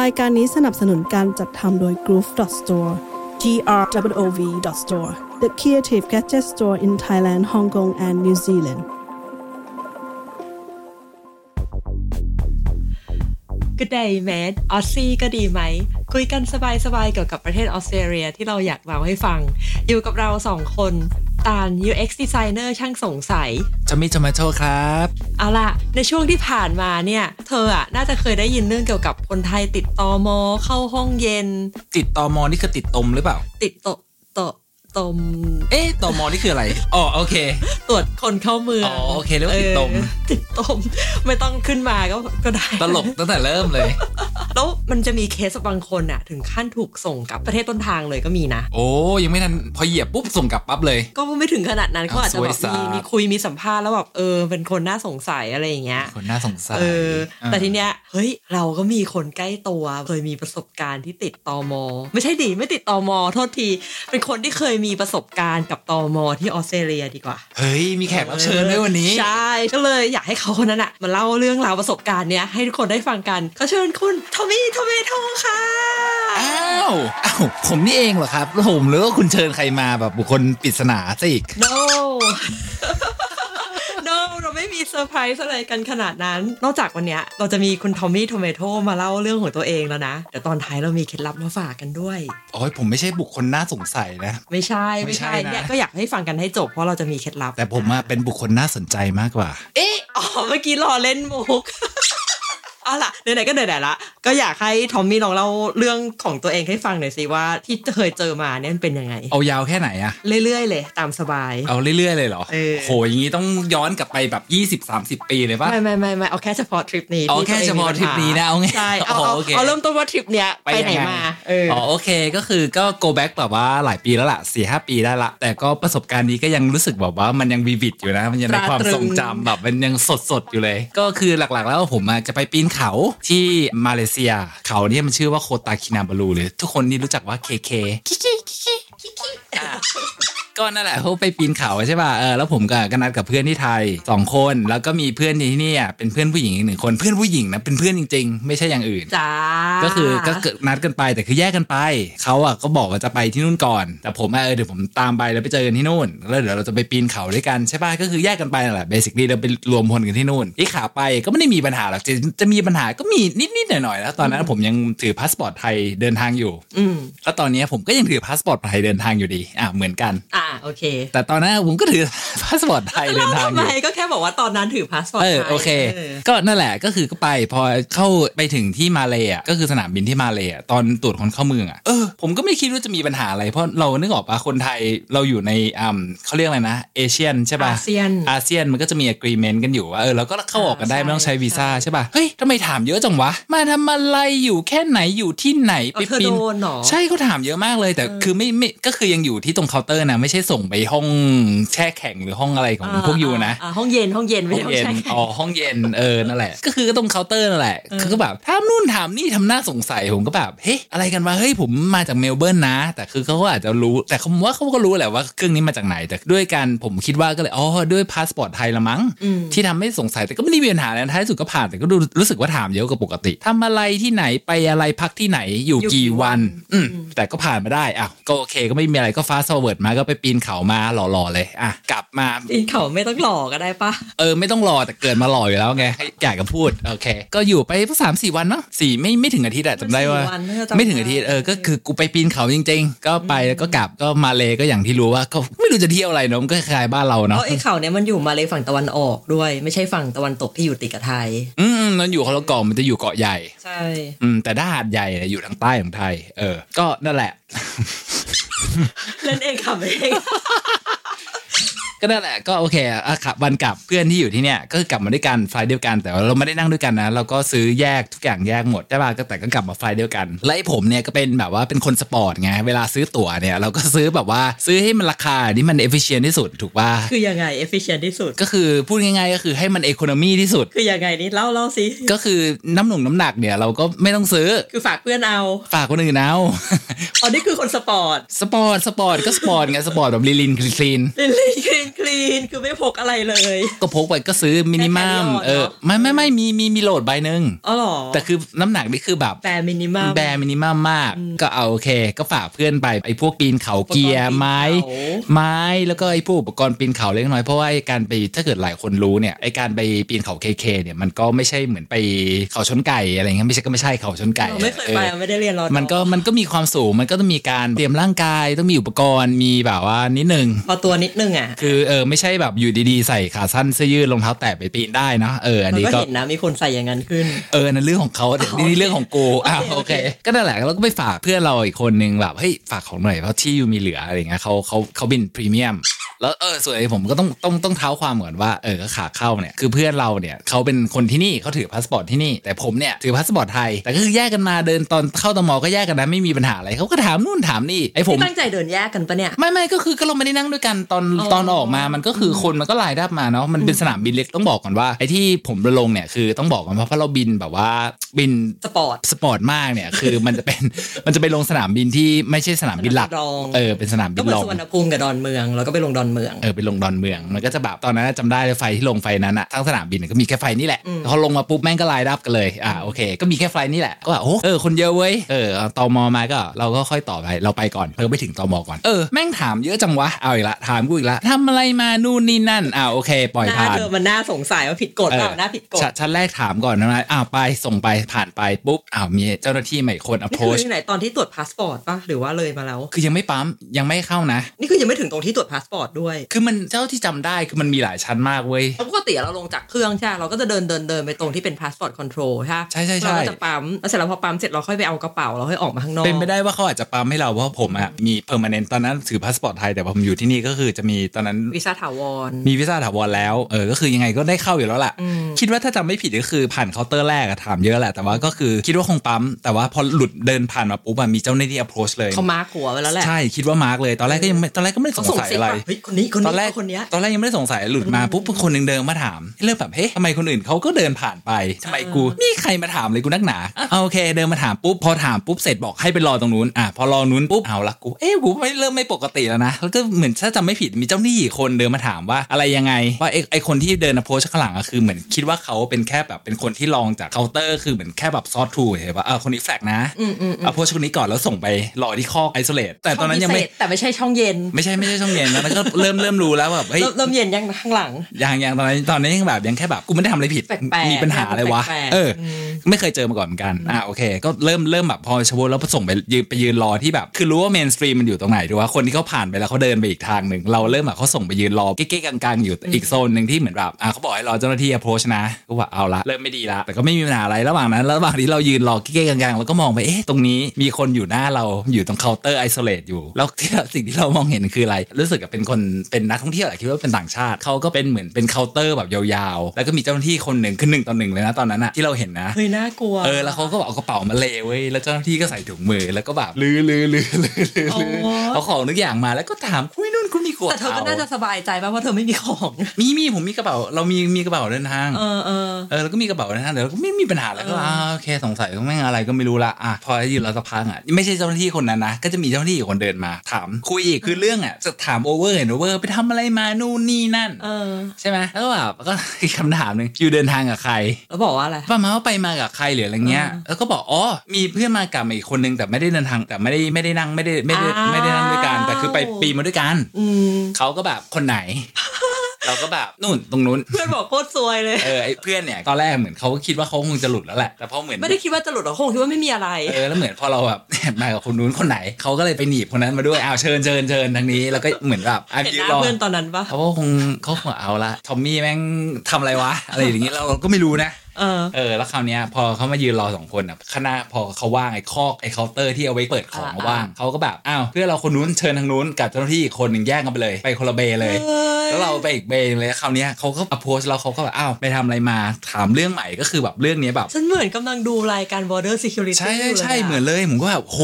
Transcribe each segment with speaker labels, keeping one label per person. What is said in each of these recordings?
Speaker 1: รายการนี้สนับสนุนการจัดทำโดย Groove Store G R W O V Store The Creative Gadget Store in Thailand Hong Kong and New Zealand
Speaker 2: Good day mate ออสซี่ก็ดีไหม คุยกันสบายๆ เกี่ยวกับประเทศออสเตรเลียที่เราอยากเล่าให้ฟัง อยู่กับเราสองคน ตาล UX designer ช่างสงสัย
Speaker 3: จอมมี่จอมาโชครับ
Speaker 2: เอาล่ะ ในช่วงที่ผ่านมาเนี่ย เธออะน่าจะเคยได้ยินเรื่องเกี่ยวกับคนไทยติดตอมอเข้าห้องเย็น
Speaker 3: ติดตอมอนี่คือติดตมหรือเปล่า
Speaker 2: ติดโตะโตะตม
Speaker 3: เอ๊ะตอมอนี่คืออะไร อ๋อโอเค
Speaker 2: ตรวจคนเข้าเมือง
Speaker 3: อ๋อโอเคเรียกว่าติดตม
Speaker 2: เออติดตม ไม่ต้องขึ้นมาก็ก็ได้
Speaker 3: ตลกตั้งแต่เริ่มเลย
Speaker 2: แล้วมันจะมีเคสบางคนอะถึงขั้นถูกส่งกลับประเทศต้นทางเลยก็มีนะ
Speaker 3: โอ้ยังไม่ทันพอเหยียบปุ๊บส่งกลับปั๊บเลย
Speaker 2: ก็ไม่ถึงขนาดนั้นเขา
Speaker 3: อ้าว
Speaker 2: อาจจะแบบ
Speaker 3: ส
Speaker 2: มี
Speaker 3: วยสาด
Speaker 2: มีคุยมีสัมภาษณ์แล้วแบบเออเป็นคนน่าสงสัยอะไรอย่างเงี้ย
Speaker 3: คนน่าสงสาร
Speaker 2: เออ แต่ทีเนี้ยเฮ้ยเราก็มีคนใกล้ตัวเคยมีประสบการณ์ที่ติดตอมอไม่ใช่ดิไม่ติดตอมอโทษที เป็นคนที่เคยมีประสบการณ์กับตอมอที่ออสเตรเลียดีกว่า
Speaker 3: เฮ้ย มีแขกรับเชิญด้วยวันนี้
Speaker 2: ใช่ก็เลยอยากให้เขาคนนั้นอ่ะมาเล่าเรื่องราวประสบการณ์เนี้ยให้ทุกคนได้ฟังกันขอเชิญคุณทอมมี่ทอมเมโทค่ะ
Speaker 3: อ้าวอ้าวผมนี่เองเหรอครับผมหรือว่าคุณเชิญใครมาแบบบุคคลปริศนาซะอีก
Speaker 2: no no เราไม่มีเซอร์ไพรส์อะไรกันขนาดนั้น นอกจากวันเนี้ยเราจะมีคุณทอมมี่ทอมเมโตมาเล่าเรื่องของตัวเองแล้วนะ แต่ตอนท้ายเรามีเคล็ดลับมาฝากกันด้วย
Speaker 3: โอ้ยผมไม่ใช่บุคคลน่าสงสัยนะ
Speaker 2: ไม่ใช่ไม่ใช่
Speaker 3: ไม่ใช่นะ
Speaker 2: เนี่ยก็อยากให้ฟังกันให้จบเพราะเราจะมีเคล็ดลับ
Speaker 3: แต่ผมอะเป็นบุคคลน่าสนใจมากกว่า
Speaker 2: เอ๊ะอ๋อเมื่อกี้รอเล่นมุก เอาล่ะไหนๆก็ไหนๆละก็อยากให้ทอมมี่ลองเล่าเรื่องของตัวเองให้ฟังหน่อยสิว่าที่เคยเจอมาเนี่ยมันเป็นยังไง
Speaker 3: เอายาวแค่ไหนอะ
Speaker 2: เรื่อยๆเลยตามสบาย
Speaker 3: เอาเรื่อยๆเลยเหรอ
Speaker 2: เออ
Speaker 3: โหอย่างงี้ต้องย้อนกลับไปแบบ20-30 ปีเลยปะ
Speaker 2: ไม่ไม่ไม่ไม่เอาแค่เฉพาะทริปนี้
Speaker 3: อ๋อ
Speaker 2: ที่
Speaker 3: แค่เฉพาะทริปนี้นะเอาไง
Speaker 2: ใช่เอา
Speaker 3: อ๋อ
Speaker 2: เอา
Speaker 3: โอเค
Speaker 2: เอาเริ่มต้นว่าทริปเนี้ยไปไหน
Speaker 3: ยังง
Speaker 2: มาเออ
Speaker 3: อ๋อโอเคก็คือก็ go back แบบว่าหลายปีแล้วล่ะสี่ห้าปีได้ละ แต่ก็ประสบการณ์นี้ก็ยังรู้สึกแบบว่ามันยังวีวิดอยู่นะ มันยังในความทรงจำแบบมันยังสดสดๆอยู่เลย ก็คือหลักๆแล้วผมอะจะไปปีนเขาที่มาเลเซีย เขาเนี่ยมันชื่อว่าโคตาคินาบาลูหรือทุกคนนี่รู้จักว่า KK ก็นั่นแหละเขาไปปีนเขาใช่ป่ะเออแล้วผมก็ก็นัดกับเพื่อนที่ไทยสองคนแล้วก็มีเพื่อนที่นี่อะเป็นเพื่อนผู้หญิงอีกหนึ่งคนเพื่อนผู้หญิงนะเป็นเพื่อนจริง ๆ ไม่ใช่อย่างอื่น
Speaker 2: จ้า
Speaker 3: ก็คือก็เกิดนัดกันไปแต่คือแยกกันไป เขาอ่ะก็บอกว่าจะไปที่นู่นก่อน แต่ผมอ่ะเออเดี๋ยวผมตามไปแล้วไปเจอกันที่นู่น แล้วเดี๋ยวเราจะไปปีนเขาด้วยกันใช่ป่ะก็คือแยกกันไปนั่นแหละเบสิค l ีเราไปรวมพลกันที่นู่นที่ขาไปก็ไม่ได้มีปัญหาหรอกจะจะมีปัญหาก็มีนิดๆหน่อยๆแล้วตอนนั้นผมยังถือพาสปอร์ตไทยเดินทางอยู่
Speaker 2: อืม
Speaker 3: แล้วตอนนี้ผมก็ยังถือพาสปอร์ตไทยเดินทางอยู่ดีอ่ะเหมือนกัน
Speaker 2: อ่าโอเค
Speaker 3: แต่ตอนนั้นผมก็ถือ พาสปอร์ตไทยเดินทาง
Speaker 2: ทำ
Speaker 3: อ
Speaker 2: ไม
Speaker 3: ยู่
Speaker 2: ก็แค่บอกว่าตอนนั้นถือพาสปอร์ต
Speaker 3: เออ
Speaker 2: ไทย
Speaker 3: โอเค
Speaker 2: ออ
Speaker 3: ก็นั่นแหละก็คือก็ไปพอเข้าไปถึงที่มาเลยอ่ะก็คือสนามบินที่มาเลยอ่ะตอนตรวจคนเข้าเมืองอ่ะเออผมก็ไม่คิดว่าจะมีปัญหาอะไร เพราะเรานึกออกปะคนไทยเราอยู่ในอ่าเขาเรียกอะไรนะเอเชียนใช่ปะ
Speaker 2: อาเซียน
Speaker 3: อาเซียนมันก็จะมี agreement กันอยู่ว่าเออเราก็เข้าออกกันได้
Speaker 2: อ่า
Speaker 3: ไม่ต้องใช้
Speaker 2: ใช่
Speaker 3: วีซ่าใช่ปะเฮ้ยทำไมถามเยอะจังวะ มาทำอะไรอยู่แค่ไหนอยู่ที่ไหนไป
Speaker 2: เอาเธอ
Speaker 3: ปี
Speaker 2: โด
Speaker 3: น
Speaker 2: นเหรอ
Speaker 3: ใช่เขาถามเยอะมากเลยแต่คือไม่ไม่ก็คือยังอยู่ที่ตรงเคาน์เตอร์นะไม่ใช่ส่งไปห้องแช่แข็งหรือห้องอะไรของพวกยูนะ
Speaker 2: อ่าห้องเย็นห้องเย็นไม่
Speaker 3: ห้อง
Speaker 2: ต้อง
Speaker 3: เย็น
Speaker 2: ใช่
Speaker 3: อ๋อ ห้องเย็น เออ นั่นแหละ ก็คือก็ตรงเคาน์เตอร์นั่นแหละ คือก็แบบถามนู่นถามนี่ทำหน้าสงสัย ผมก็แบบ เฮ้ย อะไรกันวะ เฮ้ย ผมมาจากเมลเบิร์นนะ แต่คือเขาก็อาจจะรู้ แต่ผมว่าเขาก็รู้แหละว่าเครื่องนี้มาจากไหน แต่ด้วยกันผมคิดว่าก็เลย อ๋อ ด้วยพาสปอร์ตไทยละมั้ง
Speaker 2: อืม
Speaker 3: ที่ทำให้สงสัย แต่ก็ไม่ได้มีปัญหาแล้วท้ายสุดก็ผ่าน แต่ก็ดูรู้สึกว่าถามเยอะกว่าปกติทำอะไรที่ไหน ไปอะไรพักที่ไหน อยู่กี่วัน อืม แต่ก็ผ่านมาได้อ่ะก็โอเค ก็ไม่มีอะไร ก็ฟาสต์ฟอร์เวิร์ดมา ก็ไปปีนเขามาหล่อๆเลยอ่ะกลับมา
Speaker 2: ปีนเขาไม่ต้องหลอกก็ได้ปะ
Speaker 3: เออไม่ต้องรอแต่เกิดมาหล่ออยู่แล้วไงอยากจะพูดโอเค ก็อยู่ไปสามสี่วันเนาะสี่ไม่ไม่ถึงอาทิตย์อะจำได้ว่า
Speaker 2: สี่นน่าจะ
Speaker 3: ไม่ถึงอาทิตย์เออก็คือกูไปปีนเขาจริง ๆ ก็ไปแล้วก็กลับก็มาเลก็อย่างที่รู้ว่าก็ไม่รู้จะเที่ยวอะไรเนาะมันก็คล้ายๆบ้านเรา
Speaker 2: เพ
Speaker 3: เนาะ
Speaker 2: ราะไอ้เขาเนี่ยมันอยู่มาเลยฝั่งตะวันออกด้วย ไม่ใช่ฝั่งตะวันตกที่อยู่ติดกับไทย
Speaker 3: อืมนั่นอยู่คนละเกาะมันจะอยู่เกาะใหญ่
Speaker 2: ใช่
Speaker 3: อืมแต่ด้าหาดใหญ่เนี่ยอยู่ทางใต้ของไทย เออ ก็นั่นแหละ
Speaker 2: เล่นเองค่ะเอง
Speaker 3: ก็นั่นแหละก็โอเคอ่ะขับวันกลับเพื่อนที่อยู่ที่เนี่ยก็คือกลับมาด้วยกันไฟล์เดียวกันแต่ว่าเราไม่ได้นั่งด้วยกันนะ เราก็ซื้อแยกทุกอย่างแยกหมดใช่ป่ะก็แต่ก็กลับมาไฟล์เดียวกันและไอ้ผมเนี่ยก็เป็นแบบว่าเป็นคนสปอร์ตไงเวลาซื้อตั๋วเนี่ยเราก็ซื้อแบบว่าซื้อให้มันราคาที่มันเอฟฟิเชนที่สุดถูกป่ะ
Speaker 2: คือยังไง efficient ที่สุด
Speaker 3: ก็คือพูดง่ายๆก็คือให้มันเอ o n o m มีที่สุด
Speaker 2: คือยังไงนี่เล่าเล่าสิ
Speaker 3: ก็คือน้ำหนุงน้ำหนักเนี่ยเราก็ไม่ต้องซื้อ
Speaker 2: คือฝากเพื่อนเอา
Speaker 3: ฝากคนอื่นเอา
Speaker 2: อ๋อนี่คือคนสปอร์ต
Speaker 3: สปอร์ตสปอร์ตก็สปอร์ตไงสปอร์ตแบบลีลินคลีน
Speaker 2: ลิลลี่คลีน นคลีนคือไม่พกอะไรเลย
Speaker 3: ก็พกไปก็ซื้อมินิมัม
Speaker 2: แค่แค่
Speaker 3: เอ
Speaker 2: ห
Speaker 3: อ
Speaker 2: ลอดเนอะ
Speaker 3: ไม่ไม่ไม่มีมีมีโหลดใบหนึ่ง
Speaker 2: อ๋อเหรอ
Speaker 3: แต่คือน้ำหนักนี่คือแบบ
Speaker 2: แบร์มินิมัม
Speaker 3: แบร์มินิมัมมาก ก็เอาโอเค ก็ฝากเพื่อนไปไอ้พวกปีนเขาเกียร์
Speaker 2: อุปกรณ์ปีนเขา
Speaker 3: ไม้ ไม้แล้วก็ไอ้พวกอุปกรณ์ปีนเขาเล็กน้อยเพราะว่าไอ้การไปถ้าเกิดหลายคนรู้เนี่ยไอ้การไปปีนเขาเคเคเนี่ยมันก็ไม่ใช่เหมือนไปเขาชนไก่อะไรเงี้ยไม่ใช่ก็ไม่ใช่เขาชนไก่
Speaker 2: เราไม่เคยไป
Speaker 3: ออ
Speaker 2: เราไม่ได้เรียนรอดอ
Speaker 3: มันก็มันก็มีความสูงมันก็ต้องมีการเตรียมร่างกายต้องมีอุปกรณ์มีแบบว่านิดนึง
Speaker 2: พอตัวนิดนึงอ่ะ
Speaker 3: คือเออไม่ใช่แบบอยู่ดีๆ ใส่ขาสั้นเสื้อยืดรองเท้าแตะไปปีนได้นะเอออัน
Speaker 2: เรา
Speaker 3: นี้
Speaker 2: ก็
Speaker 3: ก็
Speaker 2: เห็นนะมีคนใส่อย่างนั้นขึ้น
Speaker 3: เออนั่นเรื่องของเขาแต่นี่เรื่องของกูอ่ะ
Speaker 2: โอ
Speaker 3: โอ
Speaker 2: เค
Speaker 3: เค ก็นั่นแหละแล้วก็ไปฝากเพื่อนเราอีกคนนึงแบบเฮ้ยฝากของหน่อยเพราะที่อยู่มีเหลืออะไรเงี้ยเขาเขาเขาบินพรีเมียมแล้วเออส่วนไอ้ผมก็ต้องต้องต้องเท้าความก่อนว่าเออก็ขาเข้าเนี่ยคือเพื่อนเราเนี่ยเขาเป็นคนที่นี่เขาถือพาสปอร์ตที่นี่แต่ผมเนี่ยถือพาสปอร์ตไทยแต่ก็คือแยกกันมาเดินตอนเข้าตมก็แยกกันนะไม่มีปัญหาอะไรเขาก็ถามนู่นถามนี่ไอ้ผม
Speaker 2: ที่ตั้งใจเดินแยกกันปะเนี่ย
Speaker 3: ไม่ไม่ก็คือก็เราไม่ได้นั่งด้วยกันตอน
Speaker 2: อ๋อ
Speaker 3: ตอนออกมามันก็คือคนมันก็ไลายดับมาเนาะมันเป็นสนามบินเล็กต้องบอกก่อนว่าไอ้ที่ผมลงเนี่ยคือต้องบอกก่อนว่าเพราะเราบินแบบว่าบิน
Speaker 2: สปอร์ต
Speaker 3: สปอร์ตมากเนี่ยคือมันจะเป็น มันจะไปลงสนามบินที่ไม่ใช่สนามบินหลัก
Speaker 2: สนามบินรอง
Speaker 3: เออเป็นสนามบิ
Speaker 2: ก็
Speaker 3: น
Speaker 2: เหมือ
Speaker 3: ร
Speaker 2: น
Speaker 3: อง
Speaker 2: สุวรรณภูมิกับดอนเมือง แล้วก็ไปลงดอนเมือง
Speaker 3: เออไปลงดอนเมืองมันก็จะแบบตอนนั้นจำได้เลยไฟที่ลงไฟนั้นอะทั้งสนามบินก็มีแค่ไฟนี่แหละพอลงมาปุ๊บแม่งก็ไลายดับกันเลยอ่าโอเค ก็มีแค่ไฟนี่แหละก็แบบโอ้เออคนเยอะเว้ยเออตมมาก็เราก็ค่อยต่อไปเราไปก่อนเออไปถึงตมก่อนเออแม่งถามเยอะจังวะเอาอีกละถามกูอีกละทำอะไรมานู่นนี่นั่นอ่าโอเค ปล่อย
Speaker 2: หน้า
Speaker 3: ผ่าน
Speaker 2: เธอมันน่าสงสัยว่าผิดกฎเปล่า
Speaker 3: เออ
Speaker 2: หน้าผิดกฎ
Speaker 3: ชะชั้นแรกถามก่อนนะอ้าวไปส่งไปผ่านไปปุ๊บอ้าวมีเจ้าหน้าที่ใหม่คน
Speaker 2: นี่คือ
Speaker 3: approach
Speaker 2: ที่ไหนตอนที่ตรวจพาสปอร์ตปะหรือว่าเลยมาแล้ว
Speaker 3: คือยังไม่ปั๊มยังไม่เข้านะ
Speaker 2: นี่คือยังไม่ถึงตรงที่ตรวจพาสปอร์ตด้วย
Speaker 3: คือมันเจ้าที่จำได้คือมันมีหลายชั้นมากเว้ย
Speaker 2: เพราะปกติเราลงจากเครื่องใช่ปะเราก็จะเดินเดินเดินไปตรงที่เป็นพาสปอร์ตคอนโทรลใช่ปะ
Speaker 3: ใช่ใช่ใช่
Speaker 2: เราก็จะปั๊มแล้วเสร็จแล้วพอปั๊มเสร็จเราค่อยไปเอากระเป๋าเราค่อยออกมาข้างนอก
Speaker 3: เป็นไปได้ว่าเขาอาจจะปั๊มให้เราเพราะผมอ่ะมี permanent ตอนนั้นถือพาสปอร์ตไทยแต่พอผมอยู่ที่นี่ก็คือจะมีตอนนั้น
Speaker 2: วีซ่าถาวร
Speaker 3: มีวีซ่าถาวรแล้วเออก็คือยังไงก็ได้เข้าอยู่แล้วล่ะ
Speaker 2: อืม
Speaker 3: คิดว่าถ้าจำไม่ผิดก็คือผ่านเคาน์เตอร์แรกอะถามเยอะแหละ แต่ว่าก็คือคิดว่าคงปั๊ม แต่ว่าพอหลุดเดินผ่านมาปุ๊บอะมีเจ้าหน้าที่ approach เลย
Speaker 2: เขามาร์คหัวไว้แล้วแหละ
Speaker 3: ใช่คิดว่ามาร์กเลยตอนแรกก็ยังไม่ตอนแรกก็ไม่ได้ส
Speaker 2: เขา
Speaker 3: ง
Speaker 2: ส่ง
Speaker 3: สัย
Speaker 2: เสิ
Speaker 3: อะไร
Speaker 2: เฮ้ยคนนี้คน
Speaker 3: ตอนแร
Speaker 2: นี้
Speaker 3: ก
Speaker 2: คนเนี้ย
Speaker 3: ตอนแรกยังไม่ได้สงสัยหลุดมาปุ๊บคนหนึ่งเดินมาถามเริ่มแบบเฮ้ยทำไมคนอื่นเขาก็เดินผ่านไปทำไมกูมีใครมาถามเลยกูนักหนาอ่ะเอาโอเคเดินมาถามปุ๊บพอถามปุ๊บเสร็จบอกให้ไปรอตรงนู้นอ่ะพอรอนู้นปุ๊บเอาละกูเอ้กูไม่เริ่มไม่ปกติแล้วนะแล้วก็เหมือนถ้าจำไม่ผิดมีเจ้าหนี้อีกคนเดินมาถามว่าอะไรยังไงว่าไอ้ไอ้คนที่เดินมาโพสข้างหลังก็คือเหมือนคิดว่าเขาเป็นแค่แบบเป็นคนที่ลองจากเคาน์เตอร์คือเหมือนแค่แบบซอสทูเห็นปะเออคนนี้แฟลกนะ
Speaker 2: อืมอืมอืม
Speaker 3: เอาโพสคนนี้ก่อนแล้วส่งไปรอที่คอกไอโซเลตแต่ตอนนั้นยังไม่
Speaker 2: ช่อพิเศษแต่ไม่ใช่ช่องเย็น
Speaker 3: ไม่ใช่ไม่ใช่ช่องเย็นนะแล้วก็เริ่มเริ่มรู้แล้วแบบเฮ้ย
Speaker 2: เริ่มเริ่มเย็นยังนะข้างหลัง
Speaker 3: ยังยังตอนนี้นตอนนี้ยังแบบยังแค่แบบกูไม่ได้ทำอะไรผิด
Speaker 2: แปลกๆ
Speaker 3: มีปัญหาอะไรวะ
Speaker 2: แปลกๆ
Speaker 3: เอออ
Speaker 2: ม
Speaker 3: ไม่เคยเจอมาก่อนเหมือนกันอ่ะโอเค ก็เริ่มเริ่มแบบพอชวแล้วส่งไปยืนไปยืนรอที่แบบคือรู้ว่าเมนสตรีมมันอยู่ตรงไหนดูว่าคนที่เขาผ่านไปแล้วเขาเดินไปอีกทางหนึ่งเราเริ่มแบบเขาส่งไปยืนรอเก๊กๆกลางๆอยู่อีกโซนหนึ่งที่เหมือนแบบอ่ะเขาบอกให้รอเจ้าหน้าที่ approach นะก็ว่าเอาละเริ่มไม่ดีละแต่ก็ไม่มีปัญหาอะไรระหว่างนั้นระหว่างที่เรายืนรอเก๊กๆกลางๆแล้วก็มองไปเอ๊ะตรงนี้มีคนอยู่หน้าเราอยู่ตรงเคาน์เตอร์ไอโซเลตอยู่แล้วที่เราสิ่งที่เรามองเห็นคืออะไร รู้สึกกับเป็นคนเป็นนักท่องเที่ยวแหละคิดว่าเป็นต่างชาติเขาก็เป็นเหมือนเป็นเคาน์เตอร์แบบยาวๆ แล้วก็มีเจ้าหน้าที่คนหนึ่งคือหนึ่งต่อหนึ่งเลยนะตอนนั้นอะที่เราเห็นนะ
Speaker 2: เฮ้ยน่ากลัว
Speaker 3: เออแล้วเขาก็เอากระเป๋ามาเลเว้ยแล้วเจ้าหน้าที่ก็ใส่ถุงมือแล้วก็แบบลือลือลือลือลือลือเอาของทุกอย่างมาแล้วก็ถามคุยนู่นคุณมีกด
Speaker 2: แต่เธอก็น่าจะสบายใจป่ะว่าเธอไม่มีของ
Speaker 3: มีมีผมมีกระเป๋าเรามีมีกระเป๋าเดินทาง
Speaker 2: เออเออ
Speaker 3: เออแล้วก็มีกระเป๋านะฮะเดี๋ยวเราก็ไม่มีปัญหาแล้วก็
Speaker 2: เอออ่
Speaker 3: อ่าโอเคสงสัยก็ไม่งอะไรก็ไม่รู้ละอ่ะพอยืนรอสักพักอ่ะไม่ใช่เจ้าหน้าที่คนนั้นนะก็จะมีเจ้าหน้าที่อีกคนเดินมา ถามคุยอีกคือเรื่องอ่ะจะถามโอเวอร์เห็นโอเวอร์ไปทำอะไรมานู่นนี่นั่น
Speaker 2: เออ
Speaker 3: ใช่ไหมแล้วก็แบบก็ อีกคำถามหนึ่งอยู่เดินทางกับใคร
Speaker 2: แล้วบอกว่าอะไร
Speaker 3: ป้ามาว่าไปมากับใครหรืออะไรเงี้ย
Speaker 2: เออ
Speaker 3: แล้วก็บอกอ๋อมีเพื่อนมากับอีกคนนึงแต่ไม่ได้เดินทางแต่ไม่ได้ไม่ได้นั่งไม่ได้ไม่ได้ไม่ได้นั่งด้วยกันแต่คือไป
Speaker 2: อ้าว
Speaker 3: ปีนมาด้วยกัน
Speaker 2: อืม
Speaker 3: เขาก็แบบคนไหน เราก็แบบนู่นตรงนู้น
Speaker 2: เพื่อนบอกโคตรซวยเลย
Speaker 3: เออไอ้เพื่อนเนี่ยตอนแรกเหมือนเขาก็คิดว่าเขาคงจะหลุดแล้วแหละแต่พอเหมือน
Speaker 2: ไม่ได้คิดว่าจะหลุดหรอกคงคิดว่าไม่มีอะไร
Speaker 3: เออแล้วเหมือนพอเราแบบ มากับคนนู้นคนไหนเขาก็เลยไปหนีบคนนั้นมาด้วยอ้าวเชิญเชิญเชิญทางนี้แล้วก็เหมือนแบบอ่ะ
Speaker 2: เห็น
Speaker 3: ยื
Speaker 2: ห
Speaker 3: น
Speaker 2: น้าร
Speaker 3: อ
Speaker 2: เพื่อนตอนนั้นปะ
Speaker 3: เขาก็คงเขาคงเอาละทอมมี่แม่งทำอะไรวะอะไรอย่างงี้เราก็ไม่รู้นะ
Speaker 2: เออ
Speaker 3: เออแล้วคราวเนี้ยพอเขามายืนรอสองคนอ่ะข้างหน้าพอเขาว่างไอ้คอกไอ้เคาน์เตอร์ที่เอาไว้เปิดของ
Speaker 2: อ่า
Speaker 3: ว่างเขาก็แบบอ้าวเพื่อนเราคนนู้นเชิญทางนู้นกับเจ้าหน้าที่อีกคนหนึ่งแยกกันไปเลยไปคนละเบเลย แล้วเราไปอีกเบนเลยคราวเนี้ยเขาก็อโพสแล้วเขาก็แบบอ้าวไปทำอะไรมาถามเรื่องใหม่ก็คือแบบเรื่องเนี้ยแบบ
Speaker 2: ฉันเหมือนกำลังดูรายการ border security
Speaker 3: ใช่ใช่ใช่
Speaker 2: ยู่ลยะ
Speaker 3: เหมือนเลยผมก็แบบโห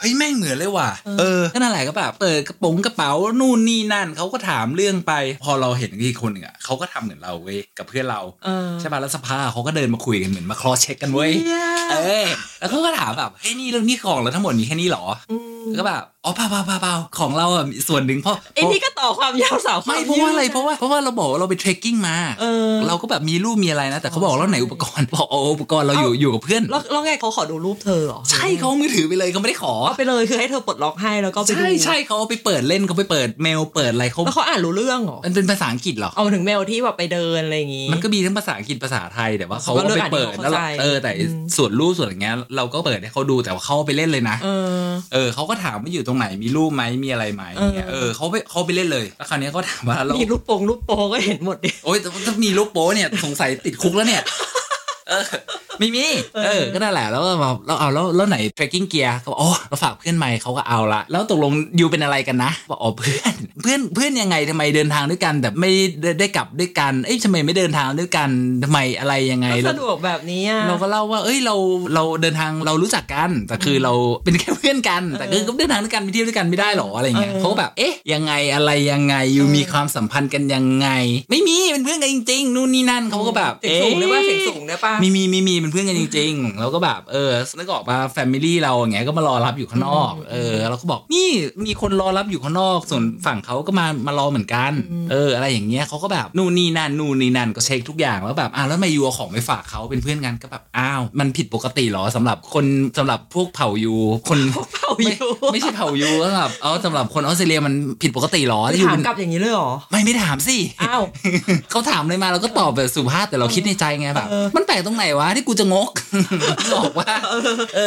Speaker 3: เฮ้ยแม่งเหมือนเลยว่ะเออก็นั่นแหละก็แบบเปิดกระโปรงกระเป๋านู่นนี่นั่นเขาก็ถามเรื่องไป พอเราเห็นอีกคนหนึ่งอ่ะเขาก็ทำเหมือนเราเว้ยกับเพื่อนเรา
Speaker 2: เออ
Speaker 3: ใช่ป่ะแล้วสภาเขาก็เดินมาคุยกันเหมือนมาคลอเช็คกันเว้ย
Speaker 2: เหี้ย
Speaker 3: เออแล้วเขาก็ถามแบบเฮ้ยนี่เรื่องนี่ของแล้วทั้งหมดมีแค่นี้เหรออ
Speaker 2: ม
Speaker 3: ก็แบบ อ๋อเปล่าเปล่าเปล่าเปล่าของเราอ่ะมีส่วนหนึ่งเพราะ
Speaker 2: ไอ้นี่ก็ต่อความยาวสาวค
Speaker 3: ไม่
Speaker 2: ม
Speaker 3: เพราะว่าอะไร
Speaker 2: ยืด
Speaker 3: เพราะว่าเพราะว่าเราบอกว่าเราไปเทรคกิ้งมา
Speaker 2: เออ
Speaker 3: ก็แบบมีรูปมีอะไรนะ แต่เขาบอกแล้วไหนอุปกรณ์บอกเอาอุปกรณ์เราอยู่
Speaker 2: เอ้า
Speaker 3: อยู่กับเพื่อน
Speaker 2: แล้วแล้วไงเขาขอดูรูปเธอเหรอ
Speaker 3: ใช่เขาเอามือถือไปเลยเขาไม่ได้ขอ
Speaker 2: เอาไปเลยคือให้เธอปลดล็อกให้แล้วก็ไปดู
Speaker 3: ใช่ใช่เขาเอาไปเปิดเล่นเขาไปเปิดเมลเปิดอะไรเขา
Speaker 2: แล้วเขาอ่านรู้เรื่องเหรอ
Speaker 3: มันเป็นภาษาอังกฤษเหรอ
Speaker 2: เอาถึงเมลที่แบบไปเดินอะไรอย่างงี้
Speaker 3: มันก็มีทั้งภาษาอังกฤษภาษาไทยแต่ว่าเขา
Speaker 2: เขาก็
Speaker 3: เอา
Speaker 2: เลือก
Speaker 3: ไปเปิด
Speaker 2: อ่านให้เขา
Speaker 3: แล้วเรา
Speaker 2: เข้าใจ
Speaker 3: เออแต่
Speaker 2: อืม
Speaker 3: ส่วนรูปส่วนอย่างเงี้ยเราก็เปิดให้เขาดูแต่ว่าเขาเอาไปเล่นเลยนะ
Speaker 2: เออ
Speaker 3: เออเขาก็ถามว่าอยู่ตรงไหนมีรูปไหมมีอะไรไหมอย่างเงี้ย
Speaker 2: เอ
Speaker 3: เอ
Speaker 2: อ
Speaker 3: อเขาไปเขาไปเล่นเลยแล้วคราวเนี้ยเขาถามว่าเราม
Speaker 2: มีรูปโป่งรูปโปก็เห็นหมดดิ
Speaker 3: โอ้ยแต่ว่าถ้ามีรูปโป๊เนี่ยสงสัยติดคุกแล้วเนี่ยเออไม่มีเออ ก็นั่นแหละแล้วก็แบบเราเอาแล้วแล้วไหน tracking gear เขาบอกอ๋อเราฝากเพื่อนไปเขาก็เอาละแล้วตกลงอยู่เป็นอะไรกันนะบอกอ๋อเพื่อนเพื่อนเพื่อนยังไงทำไมเดินทางด้วยกัน แต่ไม่ได้ได้กลับด้วยกันเอ้ยทำไมไม่เดินทางด้วยกันทำไมอะไรยังไง
Speaker 2: ก็สะดวกแบบนี้อะ
Speaker 3: เราก็เล่าว่า เอ้ย เรา เราเดินทาง เรารู้จักกัน แต่คือเราเป็นแค่เพื่อนกัน แต่คือก็เดินทางด้วยกันไปเที่ยวด้วยกันไม่ได้หรออะไรเงี้ย
Speaker 2: เออ
Speaker 3: เขาก็แบบ เอ๊ะ ยังไง อะไรยังไง อยู่มีความสัมพันธ์กันยังไง ไม่มี เป็นเพื่อนกันจริงๆ นู่นนี่นั่นเขาก็แบบ
Speaker 2: เสียงสูงหรือว่าเสียงสูง
Speaker 3: นะ
Speaker 2: นะปะ
Speaker 3: มีมีมีมีเป็นเพื่อนกันจริงๆ เราก็แบบ เออนึกออกมาแฟมิลี่เราอย่างเงี้ย ก็มารอรับอยู่ข้างนอก เออ เราก็บอก นี่ มีคนรอรับอยู่ข้างนอก ส่วนฝั่งเขาก็มา มารอเหมือนกัน เออ อะไรอย่างเงี้ยเขาก็แบบ นู่นนี่นั่น นู่นนี่นั่น ก็เช็คทุกอย่างแล้วแบบ อ่ะแล้วทำไมยูเอาของไปฝากเขาเป็นเพื่อนกันก็แบบ อ้าว มันผิดปกติเหรอสำหรับคนสำหรับพวกเผ่ายู คน
Speaker 2: เผ่า
Speaker 3: ไม่
Speaker 2: อยู่
Speaker 3: ไม่ใช่เผ่ายูสำหรับเอาสำหรับคนออสเตรเลียมันผิดปกติเหรอที่ยู
Speaker 2: ถาม
Speaker 3: เป็น
Speaker 2: กลับอย่างนี้เลยเหรอ
Speaker 3: ไม่ไม่ถามสิ
Speaker 2: อ้าว
Speaker 3: เขาถามอะไรมาเราก็ตอบแบบสุภาพแต่เราคิดในใจไงแบบ
Speaker 2: เออ
Speaker 3: มันแปลกตรงไหนวะที่กูจะงก บอกว่า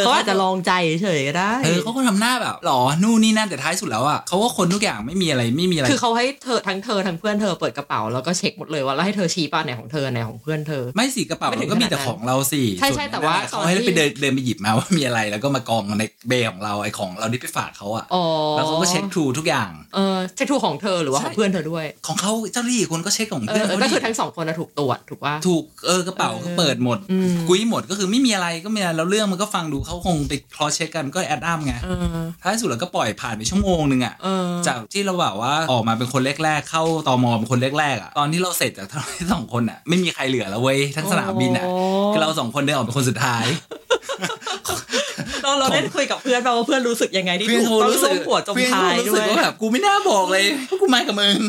Speaker 2: เขาอาจจะลองใจเฉยๆก็ได้
Speaker 3: เออเขาก็ทำหน้าแบบหรอนู่นนี่นั่นแต่ท้ายสุดแล้วอ่ะเขาก็คนทุกอย่างไม่มีอะไรไม่มีอะไร
Speaker 2: คือเขาให้เธอทั้งเธอทั้งเพื่อนเธอเปิดกระเป๋าแล้วก็เช็คหมดเลยว่าแล้วให้เธอชี้ป้าไหนของเธอไหนของเพื่อนเธอ
Speaker 3: ไม่สิกระเป๋า
Speaker 2: ไม่ถึ
Speaker 3: เรา
Speaker 2: ง
Speaker 3: ก็มีแต่
Speaker 2: ขนาดนั้น
Speaker 3: ของเราสิ
Speaker 2: ใช่ใช่
Speaker 3: ส่นนั้น
Speaker 2: แต่ว่า
Speaker 3: น่ะเขา
Speaker 2: ตอน
Speaker 3: ให้เราไป
Speaker 2: ที่
Speaker 3: เดินเดินไปหยิบมาว่ามีอะไรแล้วก็มากองในเบของเราไอ้ของเราที่ไปฝากเขาอ่ะ
Speaker 2: อ๋อ
Speaker 3: แล้วเขาก็เช็คทรูทุกอย่าง
Speaker 2: เออเช็คทูของเธอหรือว่าข
Speaker 3: ใช่
Speaker 2: องเพื่อนเธอด้วย
Speaker 3: ของเขาเจ้าหน้าที่คนก็เช็คของ
Speaker 2: เอ
Speaker 3: เพื่อน
Speaker 2: อ
Speaker 3: เขา
Speaker 2: ก็
Speaker 3: ดิ
Speaker 2: คือทั้งสองคนน่ะถูกตรวจถูกว่า
Speaker 3: ถูกเออกระเป๋าเขาเปิดหมด
Speaker 2: อืม
Speaker 3: กุ้ยหมดก็คือไม่มีอะไรก็ไม่มีอะไรแล้วเรื่องมันก็ฟังดูเขาคงไปคลอเช็คกันก็แอดอัมไง
Speaker 2: เออ
Speaker 3: ท้ายสุดเราก็ปล่อยผ่านไปชั่วโมงหนึ่งอะ
Speaker 2: เออ
Speaker 3: จากที่เราแบบว่าออกมาเป็นคนแรก ๆ เข้าตอมอเป็นคนแรกๆอะตอน ที่เราเสร็จจากทั้งสองคนอะไม่มีใครเหลือแล้วเว้ยทั้งสนามบินอะ
Speaker 2: โอ้
Speaker 3: คือเราสองคนเดินออกเป็นคนสุดท้าย
Speaker 2: เราเราได้คุยกับเพื่อนเราว่าเพื่อนรู้สึกยังไงที่
Speaker 3: เพื่อน
Speaker 2: ถูก
Speaker 3: เขา
Speaker 2: ต้อง
Speaker 3: รู้สึก
Speaker 2: ร่วมหัวจม
Speaker 3: เพื่อน
Speaker 2: ท้า
Speaker 3: เขา
Speaker 2: ย
Speaker 3: รู้
Speaker 2: ด้
Speaker 3: สึ
Speaker 2: ว
Speaker 3: ก
Speaker 2: ย
Speaker 3: ว่าแบบกูไม่น่าบอกเลยว่ากูมากับมึง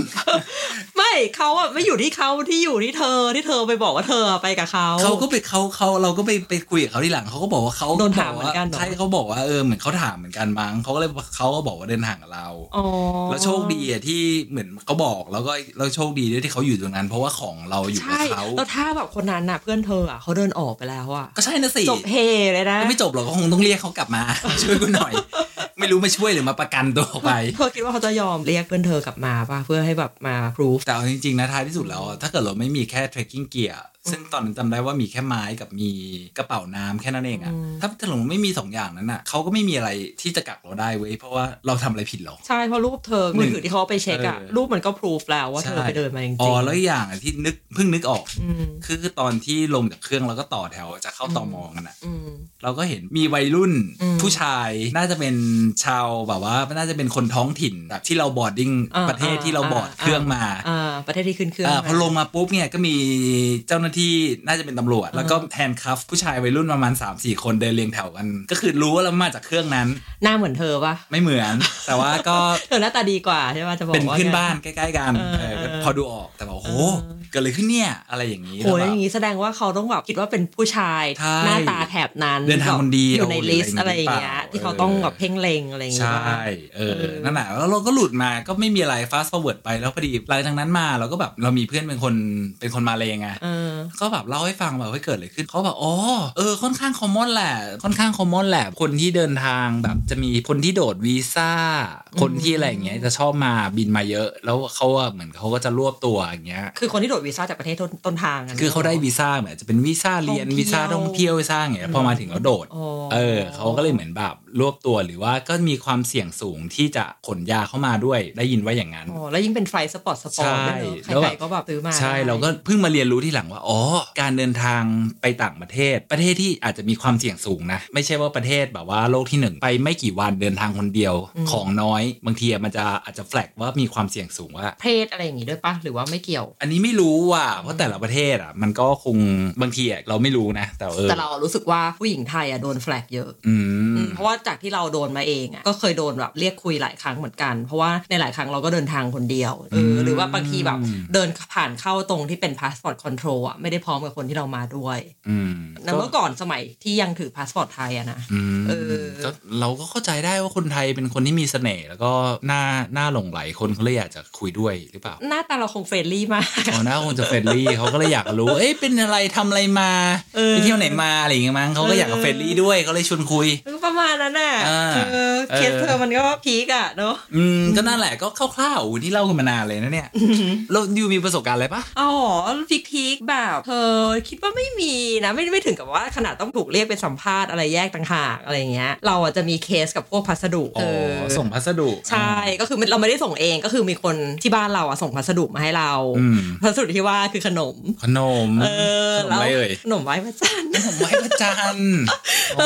Speaker 2: ไม่เขาอะไม่อยู่ที่เขาที่อยู่ที่เธอที่เธอไปบอกว่าเธอไปกับเขา
Speaker 3: เขาก็ไปเขาเขาเราก็ไปไปคุยกับเขาที่หลังเขาก็บอกว่าเขา
Speaker 2: โดนถามเหมือนกันเหรอ
Speaker 3: ใช่เขาบอกว่าเออเหมือนเขาถามเหมือนกันมั้งเขาก็เลยเขาก็บอกว่าเดินห่างกับเรา
Speaker 2: อ๋อ
Speaker 3: แล้วโชคดีอะที่เหมือนเขาบอกแล้วก็แล้วโชคดีด้วยที่เขาอยู่ตรงนั้น เพราะว่าของเราอยู่กับ
Speaker 2: ใช่
Speaker 3: เขา
Speaker 2: แล้วถ้าแบบคนนั้นน่ะเพื่อนเธออ่ะเขาเดินออกไปแล้วอ่ะ
Speaker 3: ก็ใช่นะสิ
Speaker 2: จบเฮเลยนะ
Speaker 3: ก็ไม่จบหรอกก็คงต้องเรียกเขากลับมา ช่วยกูหน่อย ไม่รู้มาช่วยหรือมาประกันตัวออกไป
Speaker 2: เธอคิดว่าเขาจะยอมเรียกเพื่อนเธอกลับมาป่ะเพื่อให้แบบมาพรูฟ
Speaker 3: แต่เอาจริงๆนะท้ายที่สุดแล้วอะถ้าเกิดเราไม่มีแค่ trekking gear ซึ่งตอนนั้นจำได้ว่ามีแค่ไม้กับมีกระเป๋าน้ำแค่นั้นเองอะ
Speaker 2: อืม
Speaker 3: ถ้าถนนไม่มีสองอย่างนั้นอะเขาก็ไม่มีอะไรที่จะกักเราได้เว้ยเพราะว่าเราทำอะไรผิดหรอก
Speaker 2: ใช่เพราะรูปเธอ
Speaker 3: หนึ่ง
Speaker 2: มือถือที่เขาเอาไปเช็คอะ
Speaker 3: เออ
Speaker 2: รูปมันก็พรูฟแล้วว่าเธอไปเดินมาจริงๆ
Speaker 3: อ๋อแล้วอีกอย่างอะที่นึกเพิ่งนึกออก
Speaker 2: ม
Speaker 3: คือคือตอนที่ลงจากเครื่องเราก็ต่อแถวจะเข้าตอมอกันอะ
Speaker 2: อืม
Speaker 3: เราก็เห็นมีวัยรุ่น
Speaker 2: อืม
Speaker 3: ผู้ชายน่าจะเป็นชาวแบบว่าน่าจะเป็นคนท้องถิ่นแบบที่เราบอร์ดดิ้ง
Speaker 2: อ่า
Speaker 3: ประเทศที่เรา
Speaker 2: อ่า
Speaker 3: บอร์ดเครื่องมา
Speaker 2: อ่าประเทศที่ขึ้นเครื่อง
Speaker 3: อ่าพอลงมาปุ๊บเนี่ยก็มีเจ้าหน้าที่น่าจะเป็นตำรวจ แล้วก็แทนคัฟผู้ชายวัยรุ่นประมาณ 3 4 คนเดินเรียงแถวกัน ก็คือรู้ว่าเรามาจากเครื่องนั้น
Speaker 2: หน้าเหมือนเธอปะ
Speaker 3: ไม่เหมือน แต่ว่าก็
Speaker 2: เธอหน้าตาดีกว่าใช่ป่ะจะบอก
Speaker 3: เป็น
Speaker 2: ว่า
Speaker 3: เพื่อน
Speaker 2: ไง
Speaker 3: บ้านใกล้ๆกัน
Speaker 2: เออ
Speaker 3: เออก็
Speaker 2: เออ
Speaker 3: พอดูออกแต่บอกโอ้โห
Speaker 2: เออ
Speaker 3: เกิดอะไรขึ้นเนี่ยอะไรอย่างนี้
Speaker 2: โอ้ย
Speaker 3: แล้
Speaker 2: อ
Speaker 3: วแบบ
Speaker 2: ย่างนี้แสดงว่าเขาต้องแบบคิดว่าเป็นผู้ชาย
Speaker 3: ใช่
Speaker 2: หน้าตาแถบนั้น
Speaker 3: เดินทางคนเดียว
Speaker 2: อยู่ในลิสต์
Speaker 3: อะ
Speaker 2: อะไร ไรอย่
Speaker 3: อา
Speaker 2: ย่าง ง
Speaker 3: งี้
Speaker 2: เงี้ย
Speaker 3: หรือเปล่า
Speaker 2: ที่เขาต้อง
Speaker 3: เออ
Speaker 2: แบบเพ่งเลงอะไรอย่าง
Speaker 3: ใช
Speaker 2: เงี้ย
Speaker 3: ่ เออ
Speaker 2: เออ
Speaker 3: นั่นแหละ แล้วเราก็หลุดมา ก็ไม่มีอะไร fast forward ไป แล้วพอดีหลังจากนั้นมาเราก็แบบ เรามีเพื่อนเป็นคน เป็นคนมาเลยไง
Speaker 2: เออ
Speaker 3: ก็แบบเล่าให้ฟังแบบว่าเกิดอะไรขึ้น เขาแบบอ๋อ เออ ค่อนข้างคอมมอนแหละ ค่อนข้างคอมมอนแหละ คนที่เดินทางแบบจะมีคนที่โดดวีซ่า คนที่อะไรอย่างเงี้ย จะชอบมาบินมาเยอะ แล้วเขาอะเหมือนเขาก็จะรวบตัวอย่างเงี้ย
Speaker 2: คือคนที่โดดวีซ่าจากประเทศต้นต้นทางะนะ
Speaker 3: คือเขาได้วีซ่าเหมือนจะเป็นวีซ่าเรียน
Speaker 2: ท่องเที่ยว
Speaker 3: วีซ่าท่องเที่ยววีซ่าอย่างเงี้ยพอมาถึงแล้วโดด
Speaker 2: อ๋อ
Speaker 3: เออเขาก็เลยเหมือนแบบรวบตัวหรือว่าก็มีความเสี่ยงสูงที่จะขนยาเข้ามาด้วยได้ยินว่าอย่างนั้น
Speaker 2: อ๋อแล้วยิ่งเป็นไฟสปอร์ตสปอร์ตด้วยเนอะ
Speaker 3: ใช่แล้ว
Speaker 2: ใค
Speaker 3: แบ
Speaker 2: ร
Speaker 3: บ
Speaker 2: ๆก็แบบซื้อมา
Speaker 3: ใช่
Speaker 2: ได้
Speaker 3: เราก็เพิ่งมาเรียนรู้ที่หลังว่าอ๋อการเดินทางไปต่างประเทศ ประเทศที่อาจจะมีความเสี่ยงสูงนะ ไม่ใช่ว่าประเทศแบบว่าโลกที่หนึ่งไปไม่กี่วันเดินทางคนเดียว
Speaker 2: อืม
Speaker 3: ของน้อยบางทีอะมันจะอาจจะแฟลกว่ามีความเสี่ยงสูงว่า
Speaker 2: เพศอะไรอย่างงี้ด้วยปะหรือว่าไม่เกี่ยว
Speaker 3: อันนี้ไม่รู้ว่ะเพราะแต่ละประเทศอ่ะมันก็คงบางทีอะเราไม่รู้นะ แต่เออ
Speaker 2: แต่เราอะรู้สึกว่าผู้หญิงไทยอ่ะโดนแฟลกเยอะ
Speaker 3: อืม
Speaker 2: มเพราะว่าจากที่เราโดนมาเองอะก็เคยโดนแบบเรียกคุยหลายครั้งเหมือนกัน เพราะว่าในหลายครั้งเราก็เดินทางคนเดียวเออหรือว่าบางทีแบบเดินผ่านเข้าตรงที่เป็นพาสปอร์ตคอนโทรลอะไม่ได้พร้อมกับคนที่เรามาด้วย
Speaker 3: อืม
Speaker 2: นั่นเมื่อก่อนสมัยที่ยังถือพาสปอร์ตไทยอะนะ
Speaker 3: อืม
Speaker 2: เออ
Speaker 3: ก็เราก็เข้าใจได้ว่าคนไทยเป็นคนที่มีเสน่ห์แล้วก็น่าน่าหลงไหลคนเขาเลยอยากจะคุยด้วยหรือเปล่า
Speaker 2: หน้าตาเราคงเฟรนลี่มาก
Speaker 3: อ๋อน่าคงจะเฟรนลี่ เขาก็เลยอยากรู้ เอ้ยเป็นอะไรทำอะไรมา
Speaker 2: เออ
Speaker 3: ไปเที่ยวไหนมาอะไรอย่างเงี้ยมั้งเขาก็อยากจะเฟรนลี่ด้วยเขาเลยชวนคุย
Speaker 2: เออประมาณนั้นน่ะ
Speaker 3: อ่า
Speaker 2: เออเคส
Speaker 3: เออ
Speaker 2: เธอมันก็พีกอะเนาะ
Speaker 3: อืมก็นั่นแหละก็คร่าวๆอุ๊ยนี่เล่ากันมานานเลยนะเนี่ยแล้วยูมีประสบการณ์อะไรปะ
Speaker 2: อ๋อพีคพีคๆแบบเธอคิดว่าไม่มีนะไม่ไม่ถึงกับว่าขนาดต้องถูกเรียกเป็นสัมภาษณ์อะไรแยกต่างหากอะไรอย่างเงี้ย เราอ่ะจะมีเคสกับพวกพัสดุ
Speaker 3: อ๋
Speaker 2: เอ
Speaker 3: อ
Speaker 2: อ
Speaker 3: ส่งพัสดุ
Speaker 2: ใช่ก็คือมันเราไม่ได้ส่งเองก็คือมีคนที่บ้านเราอ่ะส่งพัสดุมาให้เรา
Speaker 3: อืม
Speaker 2: พัสดุที่ว่าคือขนม
Speaker 3: ขนม
Speaker 2: เออ
Speaker 3: ขนมอะไรเอ่ย
Speaker 2: ขนมไหว้พระจันทร์
Speaker 3: ขนมไหว้พระจันทร์
Speaker 2: เอ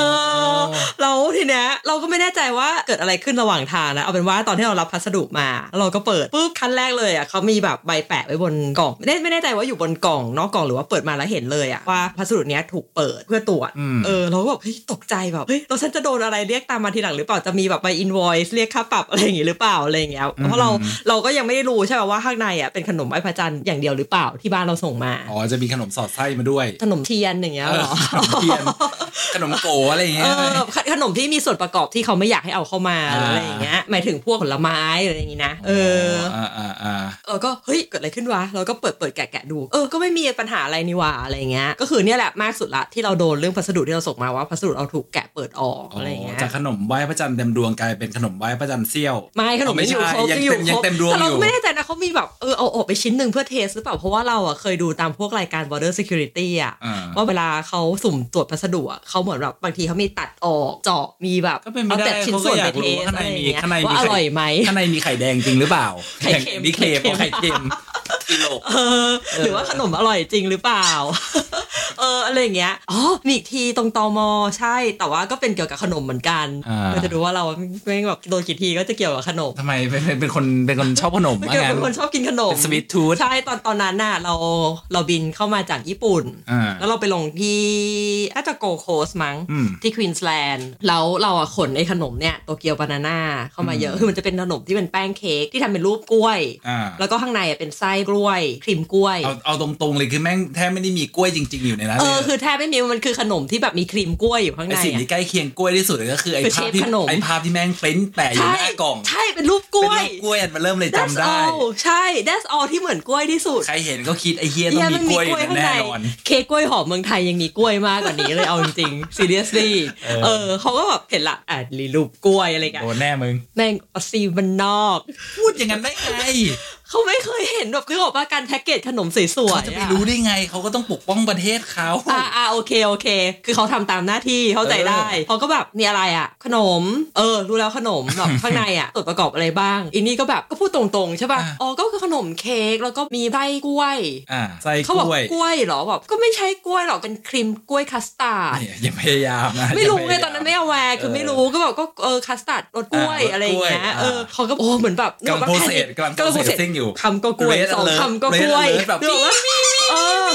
Speaker 2: อเราทีเนี้ยเราก็ไม่แน่ใจว่าเกิดอะไรขึ้นระหว่างทางนะเอาเป็นว่าตอนที่เรารับพัสดุมาแล้วเราก็เปิดปุ๊บขั้นแรกเลยอ่ะเขามีแบบใบแปะไว้บนกล่องไม่แน่ไม่แน่ใจว่าอยู่บนกล่องนอกกล่องหรือว่าเปิดมาแล้วเห็นเลยอ่ะว่าพัสดุเนี้ยถูกเปิดเพื่อตรวจ
Speaker 3: ม
Speaker 2: เออเราก็แบบเฮ้ยตกใจแบบเฮ้ยเราฉันจะโดนอะไรเรียกตามมาทีหลังหรือเปล่าจะมีแบบใบอินวอยซ์เรียกค่าปรับอะไรอย่างงี้หรือเปล่าอะไรอย่างเงี้ยเพราะเราเราก็ยังไม่ได้รู้ใช่ไหมว่าข้างในอ่ะเป็นขนมไหว้พระจันทร์อย่างเดียวหรือเปล่าที่บ้านเราส่งมา
Speaker 3: อ๋อจะมีขนมสอดไส้มาด้วย
Speaker 2: ขนมเทียนอย่างเงี้ย
Speaker 3: เอ
Speaker 2: เหร
Speaker 3: อ
Speaker 2: อ
Speaker 3: ขนมเทียนขนมโกอะไรอย่างเงี้
Speaker 2: เอย อขขนมที่มีส่วนประกอบที่เขาไม่อยากให้เอาเข้ามาหรืออะไรอย่างเงี้ยหมายถึงพวกผลไม้หรืออะไรอย่างงี้นะเออ
Speaker 3: เอออ่าอ่า
Speaker 2: เออก็เฮ้ยเกิดอะไรขึ้นวะเราก็เปิดเปิดแกะแกะดูเออก็ไม่มีปัญหาอะไรนี่หว่าอะไรอย่างเงี้ยก็คือเนี่ยแหละมากสุดละที่เราโดนเรื่องพัสดุที่เราส่งมาว่าพัสดุเราถูกแกะเปิดออกอะไรอย่างเงี้ย
Speaker 3: จากขนมไหว้พระจันทร์เต็มดวงกลายเป็นขนมไหว้พระจันทร์เซี่ยว
Speaker 2: ไม่ขนม
Speaker 3: ไม่
Speaker 2: ยังอยู่
Speaker 3: ใช่
Speaker 2: ครบ
Speaker 3: ยัง
Speaker 2: อยู่
Speaker 3: เต็มยั
Speaker 2: คร
Speaker 3: ง
Speaker 2: บ
Speaker 3: เต็มดวง
Speaker 2: แต่เรา
Speaker 3: อยู่
Speaker 2: ก็ไม่แน่ใจนะเขามีแบบเออเอาออกไปชิ้นหนึ่งเพื่อเทสหรือเปล่าเพราะว่าเราอ่ะเคยดูตามพวกรายการ border security อ่ะ
Speaker 3: อ่า
Speaker 2: ว่าเวลาเขาสุ่มตรวจพัสดุอะเขาเหมือนแบบบางทีเขามีตัดออกเจาะมีแบบ
Speaker 3: ก็เป็นไปได้
Speaker 2: แต่ชิ้นส่วนไป
Speaker 3: เขาก็อยากรู้
Speaker 2: เทส
Speaker 3: ว่า
Speaker 2: อะ
Speaker 3: ข้างใน
Speaker 2: ไรอ
Speaker 3: มี
Speaker 2: ย่างเงี้ย
Speaker 3: ข้างในมี
Speaker 2: ว่าอร่อยไหม
Speaker 3: ข้างในมีไข่แดงจริงหรือเปล่า
Speaker 2: ไข่เค็ม
Speaker 3: นี่เค็มเอาไข่เค็มกิโล
Speaker 2: เออหรือว่าขนมอร่อยจริงหรือเปล่า เอออะไรอย่างเงี้ยอ๋อมีอีกทีตรงตอมอใช่ แต่ว่าก็เป็นเกี่ยวกับขนมเหมือนกัน
Speaker 3: อ่า
Speaker 2: เราจะดูว่าเราแม่งแบบโดนกี่ทีก็จะเกี่ยวกับขนม
Speaker 3: ทำไมเป็นเป็นเป็นคนเป็นคนชอบขนม
Speaker 2: ไม่
Speaker 3: ว่า
Speaker 2: เกี่ยว
Speaker 3: งั้
Speaker 2: เป็น นคนชอบกินขนม
Speaker 3: เป็น sweet tooth
Speaker 2: ใช่ตอนตอนนั้นน่ะเราเราบินเข้ามาจากญี่ปุ่น
Speaker 3: อ่า
Speaker 2: แล้วเราไปลงที่อาจจะโกโคสมั้ง
Speaker 3: อืม
Speaker 2: ที่ควีนสแลนด์แล้วเราอะขนไอ้ขนมเนี่ยโตเกียวบานาน่าเข้ามาเยอะ คือมันจะเป็นขนมที่เป็นแป้งเค้กที่ทำเป็นรูปกล้วย
Speaker 3: อ่า
Speaker 2: แล้วก็ข้างในอะเป็นไส้กล้วย ครีมกล้วย
Speaker 3: เอาเอาตรงๆเลยคือแม่งแทบไม่ได้มีกล้วยจริง ๆ อยู่ในนั้น
Speaker 2: เอ
Speaker 3: เล
Speaker 2: อย คือแทบไม่มีมันคือขนมที่แบบมีครีมกล้วยอยู่ข้าง
Speaker 3: ไอ
Speaker 2: ใน
Speaker 3: สิ่ง
Speaker 2: อะ
Speaker 3: ที่ใกล้เคียงกล้วยที่สุดเลยก็คือไอ
Speaker 2: คือ
Speaker 3: ภาพที่
Speaker 2: เชฟขนม
Speaker 3: ไอภาพที่แม่งเฟ้นแต่อยู่
Speaker 2: ใช่
Speaker 3: หน้ากล่อง
Speaker 2: ใช่เป็นรูปก
Speaker 3: เป็น
Speaker 2: ล้วย
Speaker 3: รูปกล้วยอันมาเริ่มเลยจำ
Speaker 2: that's
Speaker 3: ได้
Speaker 2: all ใช่ that's all ที่เหมือนกล้วยที่สุด
Speaker 3: ใครเห็นก็คิดไอเฮียต้องมีกล้วยอยู่แน่นอน
Speaker 2: เค้กกล้วยหอมเมืองไทยยังมีกล้วยมากกว่านี้เลยเอาจริงๆ seriously
Speaker 3: เออ
Speaker 2: เออเขาก็แบบเห็นละอ่ะรีรูปกล้วยอะไรกัน
Speaker 3: โดนแน่มึง
Speaker 2: แม่งออสซีมันนอก
Speaker 3: พูดอย่างนั้นได้ไง
Speaker 2: เขาไม่เคยเห็นแบบคือบอกว่าการแพ็กเกจขนมสวยๆ
Speaker 3: เขา
Speaker 2: อะ
Speaker 3: จะไปรู้ได้ไงเขาก็ต้องปกป้องประเทศเขา
Speaker 2: อ่าอ่าโอเคโอเค คือเขาทำตามหน้าที่เข้าใจได้
Speaker 3: เออ
Speaker 2: เขาก็แบบมีอะไรอ่ะ ขนม เออ รู้แล้วขนม แบบข้างในอ่ะส่วนประกอบอะไรบ้างอันนี้ก็แบบก็พูดตรงๆใช่ป่ะอ๋อก็คือขนมเค้กแล้วก็มีใบกล้วย
Speaker 3: อ่าใส่
Speaker 2: เขา
Speaker 3: ก
Speaker 2: บอก
Speaker 3: ล้วย
Speaker 2: กล้วยเหรอแบบก็ไม่ใช่กล้วยหรอกเป็นครีมกล้วยคัสตาร์ด
Speaker 3: เนี่ยอย่าพยายามนะ
Speaker 2: ไม่รู้ไง
Speaker 3: ย่าพยายา
Speaker 2: ตอนนั้นไม่เอาแวร์คือ
Speaker 3: เออ
Speaker 2: ไม่รู้ก็แบบก็เออคัสตาร์ดรสกล้วย
Speaker 3: อ่ารส
Speaker 2: อะไรอย่างเงี้ย
Speaker 3: กล้วย
Speaker 2: เออเขาก็โอ้เหมือนแบบนึ
Speaker 3: กำลัง
Speaker 2: ว่า
Speaker 3: process กำลัง processing อยู่
Speaker 2: คำก็กล้วย
Speaker 3: Red
Speaker 2: สอง
Speaker 3: alert
Speaker 2: คำก็กล้วย
Speaker 3: Red alert แบบ
Speaker 2: เดี๋ยวว่าเออ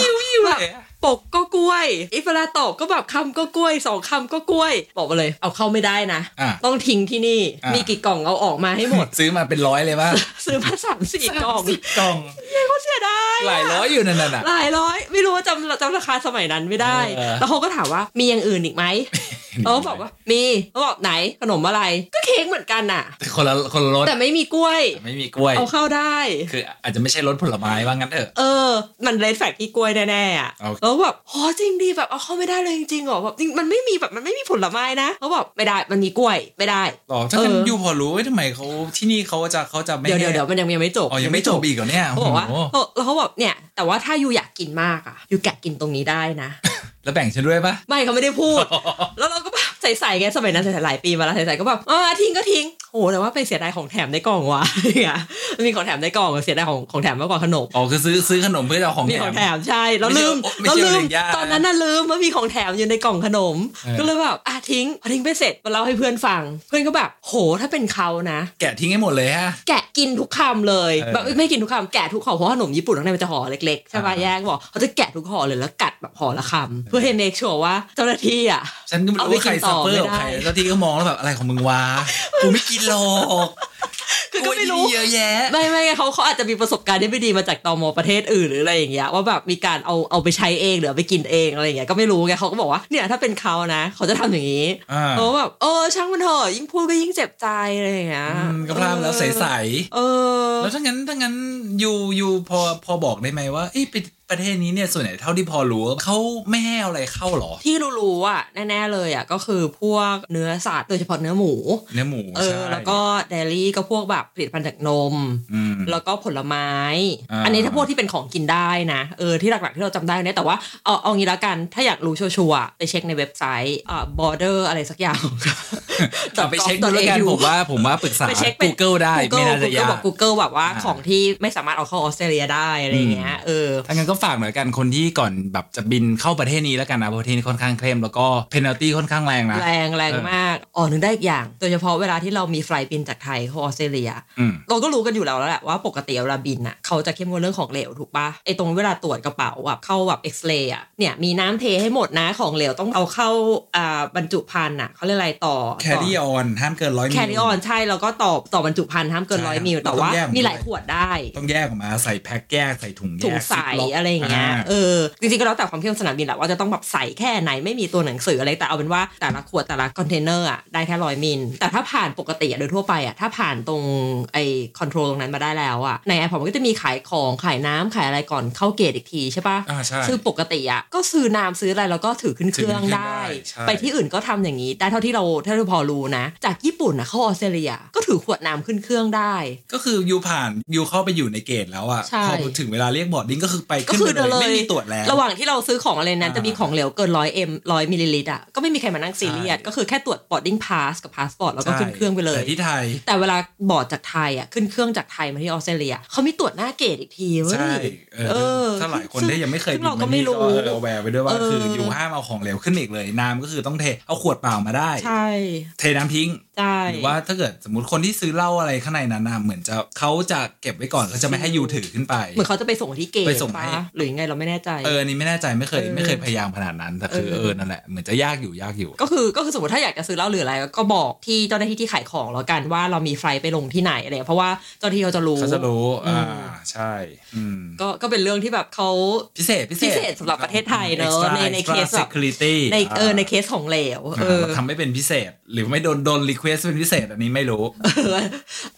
Speaker 2: แบบปกก็กล้วยอีฟเวลาตอบก็แบบคำก็กล้วยสองคำก็กล้วย บอกมาเลย เอาเข้าไม่ได้นะ
Speaker 3: อ่ะ
Speaker 2: ต้องทิ้งที่นี่
Speaker 3: อ่ะ
Speaker 2: มีกี่กล่องเอาออกมาให้หมด
Speaker 3: ซื้อมาเป็นร้อยเลยว่า
Speaker 2: ซื้อมาสามสี่กล่อง
Speaker 3: กล่อง
Speaker 2: เขาเสียดายะ
Speaker 3: หลายร้อยอยู่นั่นน่ะ
Speaker 2: หลายร้อย ไม่รู้ว่าจำจำราคาสมัยนั้นไม่ได้
Speaker 3: เออ
Speaker 2: แล้วเขาก็ถามว่ามีอย่างอื่น อีกไหมเราก็บอกว่ามีเขาบอกไหนขนมอะไรก็เค้กเหมือนกันน่ะ
Speaker 3: แต่คนละคนละรส
Speaker 2: แต่ไม่มีกล้วย
Speaker 3: ไม่มีกล้วย
Speaker 2: เอาเข้าได้
Speaker 3: คืออาจจะไม่ใช่รสผลไม้ว่างั้นเถอะ
Speaker 2: เออ มันเลดแฟกที่กล้วยแน่ๆอ่ะ
Speaker 3: เอา
Speaker 2: แล้วแบบโหจริงดีแบบเอาเข้าไม่ได้เลยจริงๆเหรอแบบจริงมันไม่มีแบบมันไม่มีผลไม้นะเขาบอกไม่ได้มันมีกล้วยไม่ได้
Speaker 3: หรอถ้าเป็น
Speaker 2: เออ
Speaker 3: ยูพอรู้ว่าทำไมเขาที่นี่เขาจะเขาจะไม่
Speaker 2: เดี๋ยวเดี๋ยวเดี๋ยวมันยังยังไม่จบ
Speaker 3: อ๋อยังไม่จบอีกเหรอเนี่ย
Speaker 2: เขาบอกว่า
Speaker 3: โโห
Speaker 2: เออแล้วเขาบอกเนี่ย แต่ว่าถ้าอยู่อยากกินมากอ่ะอยู่แกะกินตรงนี้ได้นะ
Speaker 3: แล้วแบ่งฉันด้วยปะ
Speaker 2: ไม่เขาไม่ได้พู ด แล้วเราก็แบบใส่ๆไงสมัยนั้นใส่ๆหลายปีมาแล้วใส่ๆก็แบบอ่าทิ้งก็ทิ้งโหแต่ว่าไปเสียดายของแถมในกล่องว่ะเนี่ย มันมีของแถมในกล่องอะเสียดายของของแถมมากกว่าขนม
Speaker 3: อ๋อคือซื้อซื้อขนมเพื่อจะเอาของ
Speaker 2: มีของ
Speaker 3: แถ
Speaker 2: แถม
Speaker 3: ม
Speaker 2: ใช่แล้วลืม
Speaker 3: ไม่
Speaker 2: แล้ว
Speaker 3: ใช่
Speaker 2: ลืม
Speaker 3: เรื่องยาก
Speaker 2: ตอนนั้นน่ะลืมว่ามีของแถมอยู่ในกล่องขนม
Speaker 3: เออ
Speaker 2: ก็เลยแบบอ่ะทิ้งพอทิ้งไปเสร็จมาเล่าให้เพื่อนฟัง เพื่อนก็แบบโหถ้าเป็นเขานะ
Speaker 3: แกะทิ้งให้หมดเลยฮะ
Speaker 2: แกะกินทุกคำเลย
Speaker 3: เออ
Speaker 2: แบบไม่กินทุกคำแกะทุกห่อเพราะว่าขนมญี่ปุ่นข้างในมันจะห่อเล็กๆใช่ป่ะ
Speaker 3: อ่า
Speaker 2: แยกบอกเขาจะแกะทุกห่อเลยแล้วกัดแบบห่อละคำเพื่อให้เมคชัวร์ว่าเจ้าหน้าที่อ่ะ
Speaker 3: ฉันก็ไม่
Speaker 2: เอา
Speaker 3: รู้
Speaker 2: ไปกิน
Speaker 3: ว่าใคร
Speaker 2: ต่
Speaker 3: ซั
Speaker 2: อ
Speaker 3: พเปอร์กับ
Speaker 2: ไม่ได้
Speaker 3: ใครแล้วที่ก็มองแล้วแบบอะไรของมึง วะกูไม่กินหรอก
Speaker 2: คือก็ไม่รู้
Speaker 3: โอ้ยเยอะแยะ
Speaker 2: ไม่ไม่เขาเขาอาจจะมีประสบการณ์ที่ไม่ดีมาจากตมประเทศอื่นหรืออะไรอย่างเงี้ยว่าแบบมีการเอาเอาไปใช้เองหรือเอาไปกินเองอะไรอย่างเงี้ยก็ไม่รู้ไงเขาก็บอกว่าเนี่ยถ้าเป็นเขานะ เขาจะทำอย่างนี้
Speaker 3: อ่า
Speaker 2: เขาแบบเออช่างมันเถอะยิ่งพูดก็ยิ่งเจ็บใจอะไรอย่างเงี้ย
Speaker 3: อืมก็พลาดแล้วใส
Speaker 2: เออ
Speaker 3: ๆแล้วถ้างั้นถ้างั้นยูยูพอพอบอกได้ไหมว่าเอ้ยไปประเทศนี้เนี่ยส่วนไหนเท่าที่พอรู้เขาไม่ให้เอาอะไรเข้าหรอ
Speaker 2: ที่รู้ๆอ่ะแน่ๆเลยอ่ะก็คือพวกเนื้อสัตว์โดยเฉพาะเนื้อหมู
Speaker 3: เนื้อหมู
Speaker 2: เอ
Speaker 3: ใช่
Speaker 2: อแล้วก็เดลี่ก็พวกแบบผลิตภัณฑ์จากนม
Speaker 3: อืม
Speaker 2: แล้วก็ผลไม้
Speaker 3: อ่า
Speaker 2: อันนี้ถ้าพวกที่เป็นของกินได้นะ เออที่หลักๆที่เราจำได้เนี่ยแต่ว่าเอาเอางี้ละกัน ถ้าอยากรู้ชัวร์ๆอะไปเช็คในเว็บไซต์อ่า border อะไรสักอย่าง
Speaker 3: แต่ไปเช็คดูแล้วกัน
Speaker 2: .gov.au
Speaker 3: ผมว่าผมว่าปรึกษา
Speaker 2: ไปเช็คเป็น
Speaker 3: Google ได้
Speaker 2: Google
Speaker 3: ไม่น่าจะ
Speaker 2: Google
Speaker 3: ยา
Speaker 2: บ
Speaker 3: ก
Speaker 2: อก Google แบบว่า
Speaker 3: อ่า
Speaker 2: ของที่ไม่สามารถเอาเข้าออสเตรเลียได้อะไรอย่างเงี้ยเออ
Speaker 3: ถ้างั้นก็ฝากหน่อยกันคนที่ก่อนแบบจะบินเข้าประเทศนี้แล้วกันนะเพราะประเทศนี้ค่อนข้างเคลมแล้วก็เพนัลตี้ค่อนข้างแรงนะ
Speaker 2: แรงแรง
Speaker 3: เออ
Speaker 2: มากอ๋อนึกได้อีกอย่าง โดยเฉพาะเวลาที่เรามีไฟล์บินจากไทยเข้าออสเตรเลีย
Speaker 3: อืม
Speaker 2: เราก็รู้กันอยู่แล้วแหละว่าปกติเวลาบินน่ะเขาจะเข้มงวดเรื่องของเหลวถูกปะไอตรงเวลาตรวจกระเป๋าแบบเข้าแบบเอ็กซเรย์อ่ะเนี่ยมีน้ำเทให้หมดนะของเหลวต้องเอาเข้าอ่าบรรจุภัณฑ์น่ะเขาเรียกอะไรต่อ
Speaker 3: carry on ห้ามเกินร้อยมิล
Speaker 2: แคริออนใช่แล้วก็ต่อต่อบรรจุภัณฑ์ห้ามเกิน
Speaker 3: ใช่
Speaker 2: ร้อยมิล
Speaker 3: ครับ
Speaker 2: แต่ว่า
Speaker 3: ต้องแยกมัน
Speaker 2: มีหลาย
Speaker 3: ด้วย
Speaker 2: ขวดได้
Speaker 3: ต้องแยกออกมาใส่แพ็คแยกใส่ถุงแยก
Speaker 2: ถุงใส
Speaker 3: ซิปล็ก
Speaker 2: อะไรอย่างเงี้ย
Speaker 3: า
Speaker 2: เออ จริงๆ ก็แล้วแต่ความเข้มสนามบินแหละว่าจะต้องแบบใส่แค่ไหนไม่มีตัวหนังสืออะไร แต่เอาเป็นว่าแต่ละขวดแต่ละคอนเทนเนอร์อ่ะได้แค่ร้อยมิล แต่ถ้าผ่านปกติอะโดยทั่วไปอ่ะถ้าผ่านตรงไอ้คอนโทรลตรงนั้นมาได้แล้วอ่ะในแอร์พอร์ตมันก็จะมีขายของขายน้ำขายอะไรก่อนเข้าเกตอีกทีใช่ปะ
Speaker 3: อ่าใช่
Speaker 2: คือปกติอ่ะก็ซื้อน้ำซื้ออะไรแล้วก็ถือขึ้นเครื่อง
Speaker 3: ถือขึ้นเครื่อง
Speaker 2: ได้
Speaker 3: ได้ใช่
Speaker 2: ไปที่อื่นก็ทำอย่างนี้ได้เท่าที่เราเท่าที่พอรู้นะ จากญี่ปุ่นนะเข้าออสเตรเลียก็ถือขวดน้ำขึ้นเครื่องได้
Speaker 3: ก็คือยูผ่านยูเข้าไปอยู่ในเกตแล้วอ่ะ
Speaker 2: ใช่
Speaker 3: พอถึงเวลาเรียกบอร์ดดิ้งก็คือไป
Speaker 2: ก็
Speaker 3: ขึ้น
Speaker 2: คือ
Speaker 3: ไป
Speaker 2: เดิน
Speaker 3: เล
Speaker 2: เลยย
Speaker 3: ไม่มีตรวจแล้ว
Speaker 2: ระหว่างที่เราซื้อของอะไรนั้น
Speaker 3: อ่า
Speaker 2: จะมีของเหลวเกินร้อยเอ็มร้อยมิลลิลิตรอ่ะก็ไม่มีใครมานั่งซีเรียส
Speaker 3: ใช่
Speaker 2: ก็คือแค่ตรวจ boarding pass กับ passport แล้วก็ขึ้นเครื่องไปเลย
Speaker 3: แต่ที่ไทย
Speaker 2: แต่เวลาบอร์ดจากไทยอ่ะขึ้นเครื่องจากไทยมาที่ออสเตรเลียเขามีตรวจหน้าเกตอีกทีเว้ย
Speaker 3: ใช่เออ
Speaker 2: เออ
Speaker 3: ถ้าหลายคน
Speaker 2: ซึ่ง
Speaker 3: ที่ยังไม่เคย
Speaker 2: ซึ่งเราก็
Speaker 3: บิน
Speaker 2: ไม่รู้
Speaker 3: นี่ก็เออแวร์ไว้ด้วยว่า
Speaker 2: เออ
Speaker 3: คืออยู่ห้ามเอาของเหลวขึ้นอีกเลย น้ำก็คือต้องเทเอาขวดเปล่ามาได้
Speaker 2: ใช่
Speaker 3: เทน้ำทิ้ง
Speaker 2: ใช่
Speaker 3: หรือว่าถ้าเกิดสมมติคนที่ซื้อเหล้าอะไรข้างในนั้นน่ะเหมือนจะเขาจะเก็บไว้ก่อนเขาจะไม่ให้ยูถือขึ้นไป
Speaker 2: เหมือนเขาจะไปส่งที่เกต
Speaker 3: ไปส่งให้
Speaker 2: ปะหรือยังไงเราไม่แน่ใจ
Speaker 3: เอออันนี่ไม่แน่ใจไม่เคย
Speaker 2: เออ
Speaker 3: ไม่เคยพยายามขนาดนั้นแต่คือ
Speaker 2: เออ
Speaker 3: เออนั่นแหละเหมือนจะยากอยู่ยากอยู่
Speaker 2: ก็คือก็คือสมมติถ้าอยากจะซื้อเหล้าหรืออะไรก็บอกที่เจ้าหน้าที่ที่ขายของแล้วกันว่าเรามีไฟล์ไปลงที่ไหนอะไรเพราะว่าเจ้าหน้าที่เขาจะรู้
Speaker 3: เขาจะรู้
Speaker 2: อืม
Speaker 3: อ่าใช่อืม
Speaker 2: ก็ก็เป็นเรื่องที่แบบเขา
Speaker 3: พิเศษพิ
Speaker 2: พิเศษสำหรับประเทศไทยเนอะในในเคสแบบ
Speaker 3: security
Speaker 2: ในเออในเคสของเหลวเออ
Speaker 3: ทำไม่เป็นพิเศษ หรือไม่โดนโดนรีเควสเป็นพิเศษอันนี้ไม่รู้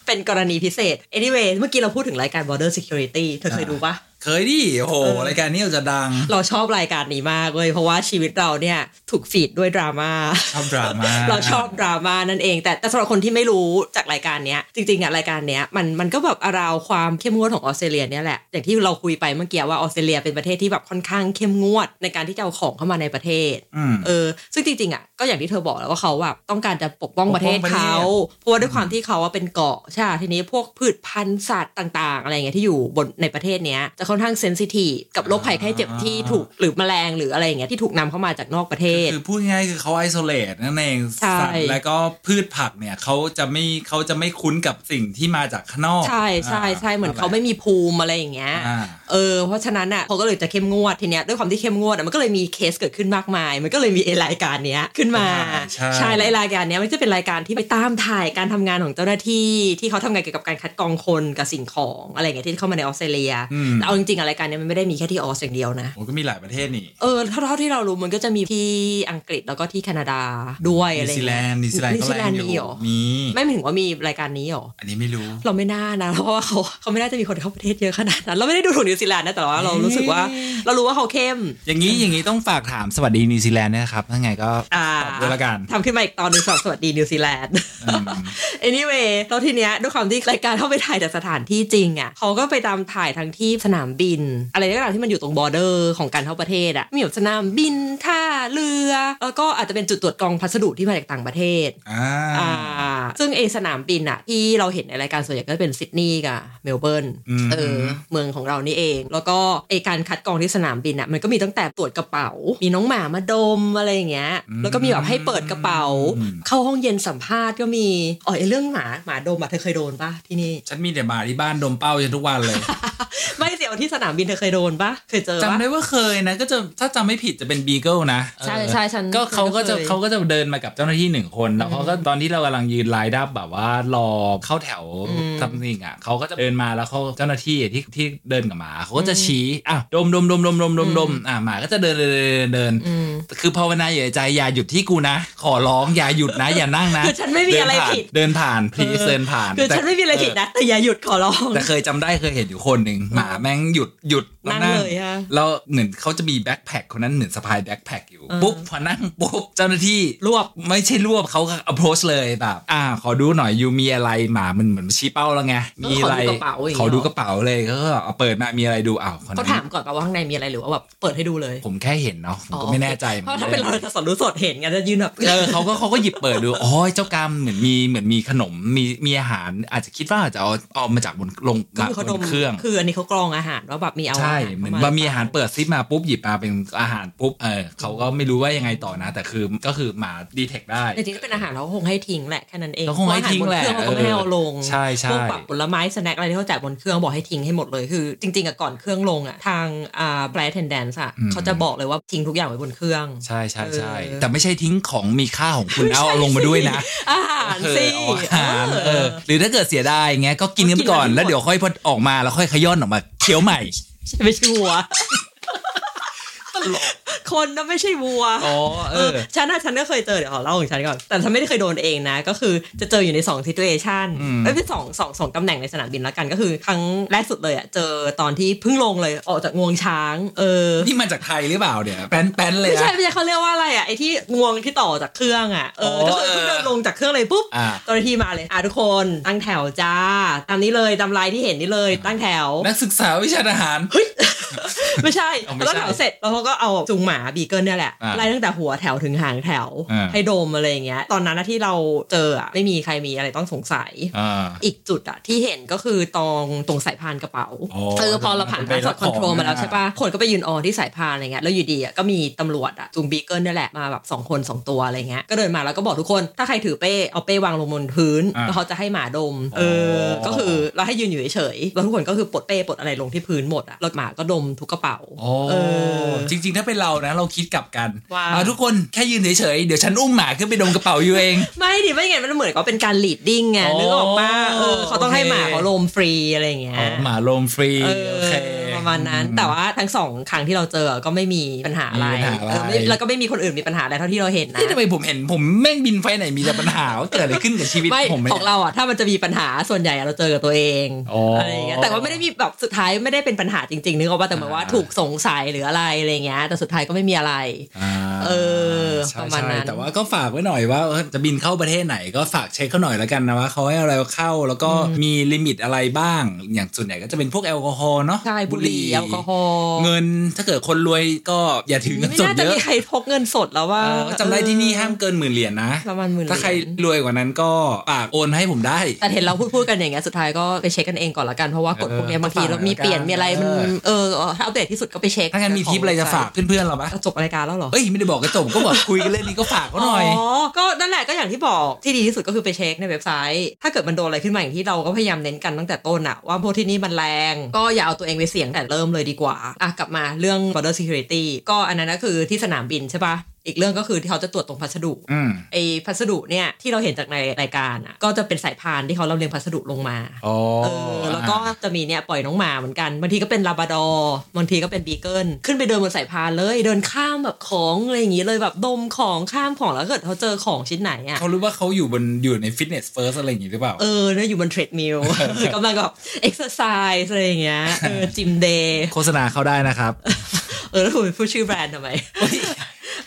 Speaker 2: เป็นกรณีพิเศษ anyway เมื่อกี้เราพูดถึงรายการ border security เธอเคยดูปะ
Speaker 3: เคยดิโอ้โห
Speaker 2: เออ
Speaker 3: รายการนี้เราจะดัง
Speaker 2: เราชอบรายการนี้มากเลยเพราะว่าชีวิตเราเนี่ยถูกฟีดด้วยดราม่า
Speaker 3: ชอบดราม่า
Speaker 2: เราชอบดราม่านั่นเอง แต่แต่สำหรับคนที่ไม่รู้จากรายการเนี้ยจริงๆอะรายการเนี้ยมันมันก็แบบอาราวความเข้มงวดของออสเตรเลียเนี่ยแหละอย่างที่เราคุยไปเมื่อกี้ว่าออสเตรเลียเป็นประเทศที่แบบค่อนข้างเข้มงวดในการที่จะเอาของเข้ามาในประเทศ
Speaker 3: อืม
Speaker 2: เออซึ่งจริงๆอ่ะก็อย่างที่เธอบอกแล้วว่าเขาแบบต้องการจะปกป้อง
Speaker 3: ป
Speaker 2: ป
Speaker 3: ก
Speaker 2: ระ
Speaker 3: ป้
Speaker 2: เท
Speaker 3: อง
Speaker 2: ศ
Speaker 3: ประเทศ
Speaker 2: เขาเพราะว่าด้วยความที่เขาว่าเป็นเกาะใช่ทีนี้พวกพืชพันธุ์สัตว์ต่างๆ อะไรเงี้ยที่อยู่บนในประเทศเนี้ยจะค่อนข้างเซนซิทีฟกับโรคภัยไข้เจ็บที่ถูกหรือแมลงหรืออะไรอย่างเงี้ยที่ถูกนำเข้ามาจากนอกประเทศ
Speaker 3: คือพูดง่ายๆคือเขาไอโซเลตนั่นเอง
Speaker 2: ใช่
Speaker 3: สัตว์แล้วก็พืชผักเนี่ยเขาจะไม่เขาจะไม่คุ้นกับสิ่งที่มาจากข้างนอก
Speaker 2: ใช่ใช่ใช่เหมือนเขาไม่มีภูมิอะไรอย่างเงี้ย
Speaker 3: อ่า
Speaker 2: เออเพราะฉะนั้นอ่ะเขาก็เลยจะเข้มงวดทีเนี้ยด้วยความที่เข้มงวดอะมันก็เลยมีเคสเกิดขึ้นมากมาย มันก็เลยมีไอ้รายการเนี้ยขึ้นมา
Speaker 3: ใช่
Speaker 2: และไอ้รายการเนี้ยมันจะเป็นรายการที่ไปตามถ่ายการทำงานของเจ้าหน้าที่ที่เขาทำงานเกี่ยวกับการคัดกรองคนกับสิ่งของอะไรอย่างเงี้ยที่เข้ามาในออสเตรเลีย
Speaker 3: อืม
Speaker 2: แต่เอาจริงๆอะรายการเนี้ยมันไม่ได้มีแค่ที่ออสอย่างเดียวนะ
Speaker 3: โอ้ก็มีหลายประเทศนี่
Speaker 2: เออเท่าที่เรารู้มันก็จะมีที่อังกฤษแล้วก็ที่แคนาดาด้วย
Speaker 3: นิ
Speaker 2: อะ
Speaker 3: ว
Speaker 2: ไรอ
Speaker 3: ซี
Speaker 2: ย่าง
Speaker 3: แล
Speaker 2: เงี้ย
Speaker 3: นด์นิวซีแลนด์
Speaker 2: นิว
Speaker 3: ก็
Speaker 2: ซี
Speaker 3: แร
Speaker 2: แล
Speaker 3: ง
Speaker 2: นด์
Speaker 3: อ
Speaker 2: มีเห
Speaker 3: ยู่
Speaker 2: รอ
Speaker 3: มี
Speaker 2: ไม่หมายถึงว่ามีรายการนี้เหรอ
Speaker 3: อันนี้ไม่รู้
Speaker 2: เราไม่น่านะ เพราะว่าเขาเขาไม่น่าจะมีคนเข้าประเทศเยอะขนาดนั้น เราไม่ได้ดูถูกนิวซีแลนด์นะแต่ว่าเรารู้สึกว่า เรารู้ว่าเขาเข้ม
Speaker 3: อย่างนี้อย่างนี้ต้องฝากถามสวัสดีนิวซีแลนด์ด้วยนะครับถ้าไงก็
Speaker 2: อ่า
Speaker 3: ตอบด้วยละกัน
Speaker 2: ทำขึ้นมาอีกตอนหนึ่งสำหรับสวัสดีนิวซีแลนด์
Speaker 3: อืม
Speaker 2: anyway แล้วทีเนี้ยด้วยความที่รายการเข้าไปถ่ายจากสถานที่จริงอ่ะเขาก็ไปตามถ่ายทั้งที่สนามบิน อะไรก็ตามที่มันอยู่ตรงบอร์เดอร์ของการเข้าประเทศอ่ะมีแบบสนามบินท่าเรือ แล้วก็อาจจะเป็นจุดตรวจกรองพัสดุที่มาจากต่างประเทศ
Speaker 3: อ่า
Speaker 2: อ่า ซึ่งเอสนามบินอะที่เราเห็นในรายการส่วนใหญ่ก็เป็นซิดนีย์กับเมลเบิร์น
Speaker 3: อืม
Speaker 2: เออ เมืองของเรานี่เอง แล้วก็ไอการคัดกรองที่สนามบินอ่ะมันก็มีตั้งแต่ตรวจกระเป๋า มีน้องหมามาดมอะไรอย่างเงี้ย
Speaker 3: อืม
Speaker 2: แล้วก็มีแบบให้เปิดกระเป๋า
Speaker 3: อืม
Speaker 2: เข้าห้องเย็นสัมภาษณ์ก็มีอ๋อไอเรื่องหมาหมาดมอ่ะเธอเคยโดนปะที่นี่
Speaker 3: ฉันมีแต่หมาที่บ้านดมเป้าฉันทุกวันเลย
Speaker 2: ไม่เสียวที่สนามบินเธอเคยโดนปะเคยเจอปะ
Speaker 3: จำได้ว่าเคยนะ ก็จะถ้าจำไม่ผิดจะเป็นบีเกิลนะ
Speaker 2: ใช่
Speaker 3: เออ
Speaker 2: ใช่ฉัน
Speaker 3: ก็เขาก็จะ
Speaker 2: ฉันก็เคย
Speaker 3: เขาก็จะเดินมากับเจ้าหน้าที่หนึ่งคน แล้วเขาก็ตอนที่เรากำลังยืนไลน์ดับแบบว่ารอเข้าแถว
Speaker 2: อืม
Speaker 3: ทำสิ่งอ่ะเขาก็จะเดินมาแล้วเขาเจ้าหน้าที่ที่ที่เดินกับหมาเขาก็จะชี้อ่ะดมดมดมดมดมดมดมอ่ะหมาก็จะเดินเดินเดินเดิน
Speaker 2: อืม
Speaker 3: คือภาวนาอย่าใจอย่าหยุดที่กูนะ ขอร้องอย่าหยุดนะอย่านั่งนะ
Speaker 2: คือฉันไม่มีอะไรผิด
Speaker 3: เดินผ่านพลีเดินผ่าน please
Speaker 2: คือ
Speaker 3: เดิผ่า
Speaker 2: ฉันไม่มีอะไรผิดนะแต่อย่าหยุดขอร้อง
Speaker 3: แต่เคยจำได้เคยเห็นอยู่คนหนึ่งหมาแม่งหยุดหยุดแว
Speaker 2: นั่งเลยฮะ
Speaker 3: แล้วเหมือนเขาจะมีแบ็คแพคคนนั้นเหมือนสะพายแบ็คแพคอยู่
Speaker 2: เออ
Speaker 3: ปุ๊บพอนั่งปุ๊บ เจ้าหน้าที่
Speaker 2: รวบ
Speaker 3: ไม่ใช่รวบเขาก็ approach เลยแบบ อ่า ขอดูหน่อยยูมีอะไรหมามันเหมือนชี้เป้าแล้วไงมีอะไร
Speaker 2: ขอดูกระเป๋าอย่างเงี้ย
Speaker 3: ขอดูกระเป๋าเลยก็เอาเปิดมามีอะไรดูอ้าวคน
Speaker 2: เขา
Speaker 3: นั้
Speaker 2: ถาน มก่อนป่ะว่าข้างในมีอะไรหรือว่าแบบเปิดให้ดูเลย
Speaker 3: ผมแค่เห็นเนาะผมก็
Speaker 2: อ๋อ
Speaker 3: ไม่แน่ใจ
Speaker 2: เพราะถ้าเป็นเราจะสนรู้สดเห็นไงจะยืนแบบ
Speaker 3: เออเขาก็เขาก็หยิบเปิดดูอ๋อเจ้ากรรมเหมือนมีเหมือนมีขนมมีมีอาหาร อาจจะคิดว่าอาจจะเอาเอามาจากบนลง
Speaker 2: ก็คือเขาด
Speaker 3: บ
Speaker 2: ม
Speaker 3: นเครื่อง
Speaker 2: คืออันนี้เขากรองอาหารว่าแบบมีเอา
Speaker 3: ใช่
Speaker 2: อาหาร
Speaker 3: เหมือน
Speaker 2: ข้
Speaker 3: บะหมี่อาหารเปิดซิปมาปุ๊บหยิบมาเป็นอาหารปุ๊บเออเขาก็ไม่รู้ว่ายังไงต่อนะ แต่คือก็คือหมาดีเทคได้
Speaker 2: แต่จริงๆถ้าเป็นอาหารเราก็คงให้ทิ้งแหละแค่นั้นเอง
Speaker 3: ก็คงให้ทิ้งแหละ
Speaker 2: เพราอาารบนเครื่องเขาก็ไม่ให้เอาลง
Speaker 3: ใช่ใช่
Speaker 2: พวกแบบผลไม้สแน็คอะไรที่เขาแจกบนเครื่องบอกให้ทิ้งให้หมดเลยคือ จริงๆอะก่อนเครื่องลงอะทางอ่าแบรนด์เทนแดนซ์อะเขาจะบอกเลยว่าทิ้งทุกอย่างไว้บนเครื่อง
Speaker 3: ใช่ใช่ใช่
Speaker 2: เออ
Speaker 3: แต่ไม่ใช่ทิ้งของมีค่าของคุณแล้วเอาลงมาด้วยนะ
Speaker 2: อาหาร
Speaker 3: เอ
Speaker 2: สิ
Speaker 3: อเอาอาหาร
Speaker 2: เอ
Speaker 3: เอ
Speaker 2: อ
Speaker 3: อหรือถ้าเกิดเสียดายเงี้ยก็กินกันไปก่อน
Speaker 2: ก็กินกันไป
Speaker 3: แล้วเดี๋ยวค่อยพอออกมาแล้วค่อยขย้อนออกมาเคี้ยวใหม่
Speaker 2: ไม่ใช่วัวคนนะไม่ใช่วัว
Speaker 3: อ๋อ
Speaker 2: เอ
Speaker 3: เอ
Speaker 2: อ
Speaker 3: อ
Speaker 2: ฉันน่ะฉันก็เคยเจอเดี๋ยวขอเล่าของฉันก่อน แต่ฉันไม่ได้เคยโดนเองนะ ก็คือจะเจออยู่ใน2 situation
Speaker 3: อืม
Speaker 2: เอ้ยเป็นสองสองสองตำแหน่งในสนามบินละกันก็คือ ครั้งแรกสุดเลยอ่ะเจอตอนที่เพิ่งลงเลยออกจากงวงช้าง เออ
Speaker 3: นี่มาจากไทยหรือเปล่าเนี่ยแป้นแป้นๆเลย
Speaker 2: ไม่
Speaker 3: อะ
Speaker 2: ใช่ไม่ใช่เขาเรียกว่าอะไรอ่ะไอ้ที่งวงที่ต่อจากเครื่องอ่ะเออ
Speaker 3: อ๋อ
Speaker 2: ก็คือเพิ่งเดินลงจากเครื่องเลยปุ๊บ
Speaker 3: อ่า
Speaker 2: เจ้าหน้าที่มาเลยอ่ะทุกคนตั้งแถวจ้าตามนี้เลยตามลายที่เห็นนี่เลยตั้งแถว
Speaker 3: นักศึกษาวิชาทหาร
Speaker 2: ไม่ใช่
Speaker 3: เอาไม่
Speaker 2: แล้ว
Speaker 3: ใช่
Speaker 2: แถวเสร็จแล้วเขาก็เอาจุงหมาบีเกิลเนี่ยแหละ
Speaker 3: อ่า
Speaker 2: ไล่ตั้งแต่หัวแถวถึงหางแถว
Speaker 3: อ่า
Speaker 2: ให้ดมอะไรอย่างเงี้ย ตอนนั้นนะที่เราเจออะไม่มีใครมีอะไรต้องสงสัย
Speaker 3: อ่า
Speaker 2: อีกจุดอะที่เห็นก็คือตรงตรงสายพานกระเป๋า
Speaker 3: อ๋อ
Speaker 2: เออพอเราผ่าน
Speaker 3: มัน
Speaker 2: พา
Speaker 3: เป็
Speaker 2: สปอ
Speaker 3: น
Speaker 2: ร์ตคอนโทร
Speaker 3: ของ
Speaker 2: มาแล้ว
Speaker 3: อ่ะ
Speaker 2: ใช่ปะคนก็ไปยืนออที่สายพานอะไรเงี้ยแล้วอยู่ดีอะก็มีตำรวจอะจุงบีเกิลเนี่ยแหละมาแบบสองคนสองตัวอะไรเงี้ยก็เดินมาแล้วก็บอกทุกคนถ้าใครถือเป้เอาเป้วางลงบนพื้นแล้วเขาจะให้หมาดม เออก็คือ เราให้ยืนอยู่เฉยๆแล้วทุกคนก็คือปลดเป้ปลดอะไรลงที่พื้นหมดอะรถหมาก็ดมทุกกระเป๋า
Speaker 3: โอ้
Speaker 2: เออ
Speaker 3: จริง ๆ ถ้าเป็นเรานะ เราคิดกลับกัน
Speaker 2: ว่า
Speaker 3: อ่ะทุกคนแค่ยืนเฉยๆเดี๋ยวฉันอุ้มหมาขึ้นไปดมกระเป๋าอยู่เอง
Speaker 2: ไม่ดิไม่งั้นมันเหมือนก็เป็นการ leading ไง
Speaker 3: อ๋อ
Speaker 2: นึกออกปะเออเขาต้องให้หมา
Speaker 3: โอเค
Speaker 2: เขาลมฟรีอะไรอย่างเงี้ย
Speaker 3: อ๋อหมาลมฟรี
Speaker 2: เอ
Speaker 3: โอ
Speaker 2: อ
Speaker 3: เค
Speaker 2: ประมาณนั้นแต่ว่าทั้งสองครั้งที่เราเจอก็ไม่มีปัญหาอะไร
Speaker 3: ไม่มีปัญหา
Speaker 2: เอ
Speaker 3: อะไร
Speaker 2: อไม่แล้วก็ไม่มีคนอื่นมีปัญหาอะไรเท่าที่เราเห็นนะ
Speaker 3: ที่ทำไมผมเห็นผมแม่งบินไฟไหนมีแต่ปัญหาว่าเกิดอะไรขึ้นกับชีวิต
Speaker 2: ไม่
Speaker 3: ผมไหม
Speaker 2: ของเราอ่ะถ้ามันจะมีปัญหาส่วนใหญ่อะเราเจอกับตัวเอง
Speaker 3: อ๋ออ
Speaker 2: อะไรอย่างเงี้ยแต่ว่าไม่ได้มีแบบสุดท้ายไม่ได้เป็นปัญหาจริงๆนึกออกป่ะแต่เหมือนว่า
Speaker 3: อ่า
Speaker 2: ถูกสงสัยหรืออะไรอะไรอย่างเงี้ยแต่สุดท้ายก็ไม่มีอะไร
Speaker 3: อ่า
Speaker 2: เออ
Speaker 3: ใช่
Speaker 2: ประมาณ
Speaker 3: ใช่
Speaker 2: นั้น
Speaker 3: แต่ว่าก็ฝากไว้หน่อยว่าเออจะบินเข้าประเทศไหนก็ฝากเช็คเขาหน่อยแล้วกันนะว่าเขาให้อะไรเข้าแล้วก็มีลิมิตอะไรบ้าง อย่างส่วนใหญ่ก็จะเป็นพวกแอลกอฮอล์เนาะ
Speaker 2: ใช่บุหรี่แอลกอฮอล์
Speaker 3: เงินถ้าเกิดคนรวยก็อย่าถือเงิน
Speaker 2: ไม่
Speaker 3: สด
Speaker 2: น่าจะ
Speaker 3: เยอะ
Speaker 2: มีใครพกเงินสดแล้วว่า
Speaker 3: เออจำได้ที่นี่ห้ามเกินหมื่นเหรียญนะ
Speaker 2: ประมาณหมื่น
Speaker 3: ถ้าใคร
Speaker 2: เหยญ
Speaker 3: รวยกว่านั้นก็ฝากโอนให้ผมได้
Speaker 2: แต่เห็นเราพูดพูดกันอย่างเงี้ยสุดท้ายก็ไปเช็คกันเองก่อนละกันเพราะว่ากฎพวกเนี้
Speaker 3: เออบ
Speaker 2: ยางทีเรามีเปลี่ยนมีอะไรมัน
Speaker 3: เออ
Speaker 2: เออถ้าอัปเดตที่สุดก็ไปเช็ค
Speaker 3: ถ้างั้นมีทิปอะไรจะฝากเพื่อนๆเราปะ
Speaker 2: เอาจบรายการแล้วเหรอ
Speaker 3: เอ้ยไม่ได้บอกกระจบก็บอกคุยกันเรื่องนี้ก็ฝากเขาหน่อย
Speaker 2: อก็นั่นแหละก็อย่างที่บอกที่ดีที่สุดก็คือไปเช็คในเว็บไซต์ ถ้าเกิดมันโดนอะไรขึ้นมาอย่างที่เราก็พยายามเน้นกันตั้งแต่ต้นอะว่าพวกที่นี่มันแรง ก็อย่าเอาตัวเองไปเสี่ยงแต่เริ่มเลยดีกว่าอ่ะกลับมาเรื่อง border security ก็อันนั้นก็คือที่สนามบินใช่ปะอีกเรื่องก็คือที่เขาจะตรวจตรงพัสดุ
Speaker 3: อืม
Speaker 2: ไอ้พัสดุเนี่ยที่เราเห็นจากในรายการอะก็จะเป็นสายพานที่เขาลำเลียงพัสดุลงมา
Speaker 3: อ๋อ
Speaker 2: เออแล้วก็จะมีเนี่ยปล่อยน้องหมาเหมือนกันบางทีก็เป็นลาบราดอร์บางทีก็เป็นบีเกิลขึ้นไปเดินบนสายพานเลย เดินข้ามแบบของอะไรอย่างงี้เลยแบบดมของข้ามของแล้วเกิดเขาเจอของชิ้นไหนอ่ะ
Speaker 3: เขารู้ว่าเขาอยู่บนอยู่ในฟิตเนสเฟิร์สอะไรอย่างนี้หรือเปล่า
Speaker 2: เออเนี่ยอยู่บนเทรด มิล กำลังแบบเอ็กซ์ไซส์อะไรอย่างเงี้ยเออจิมเดย์
Speaker 3: โฆษณาเขาได้นะครับ
Speaker 2: เออแล้วผมไปพูดชื่อแบรนด์ทำไม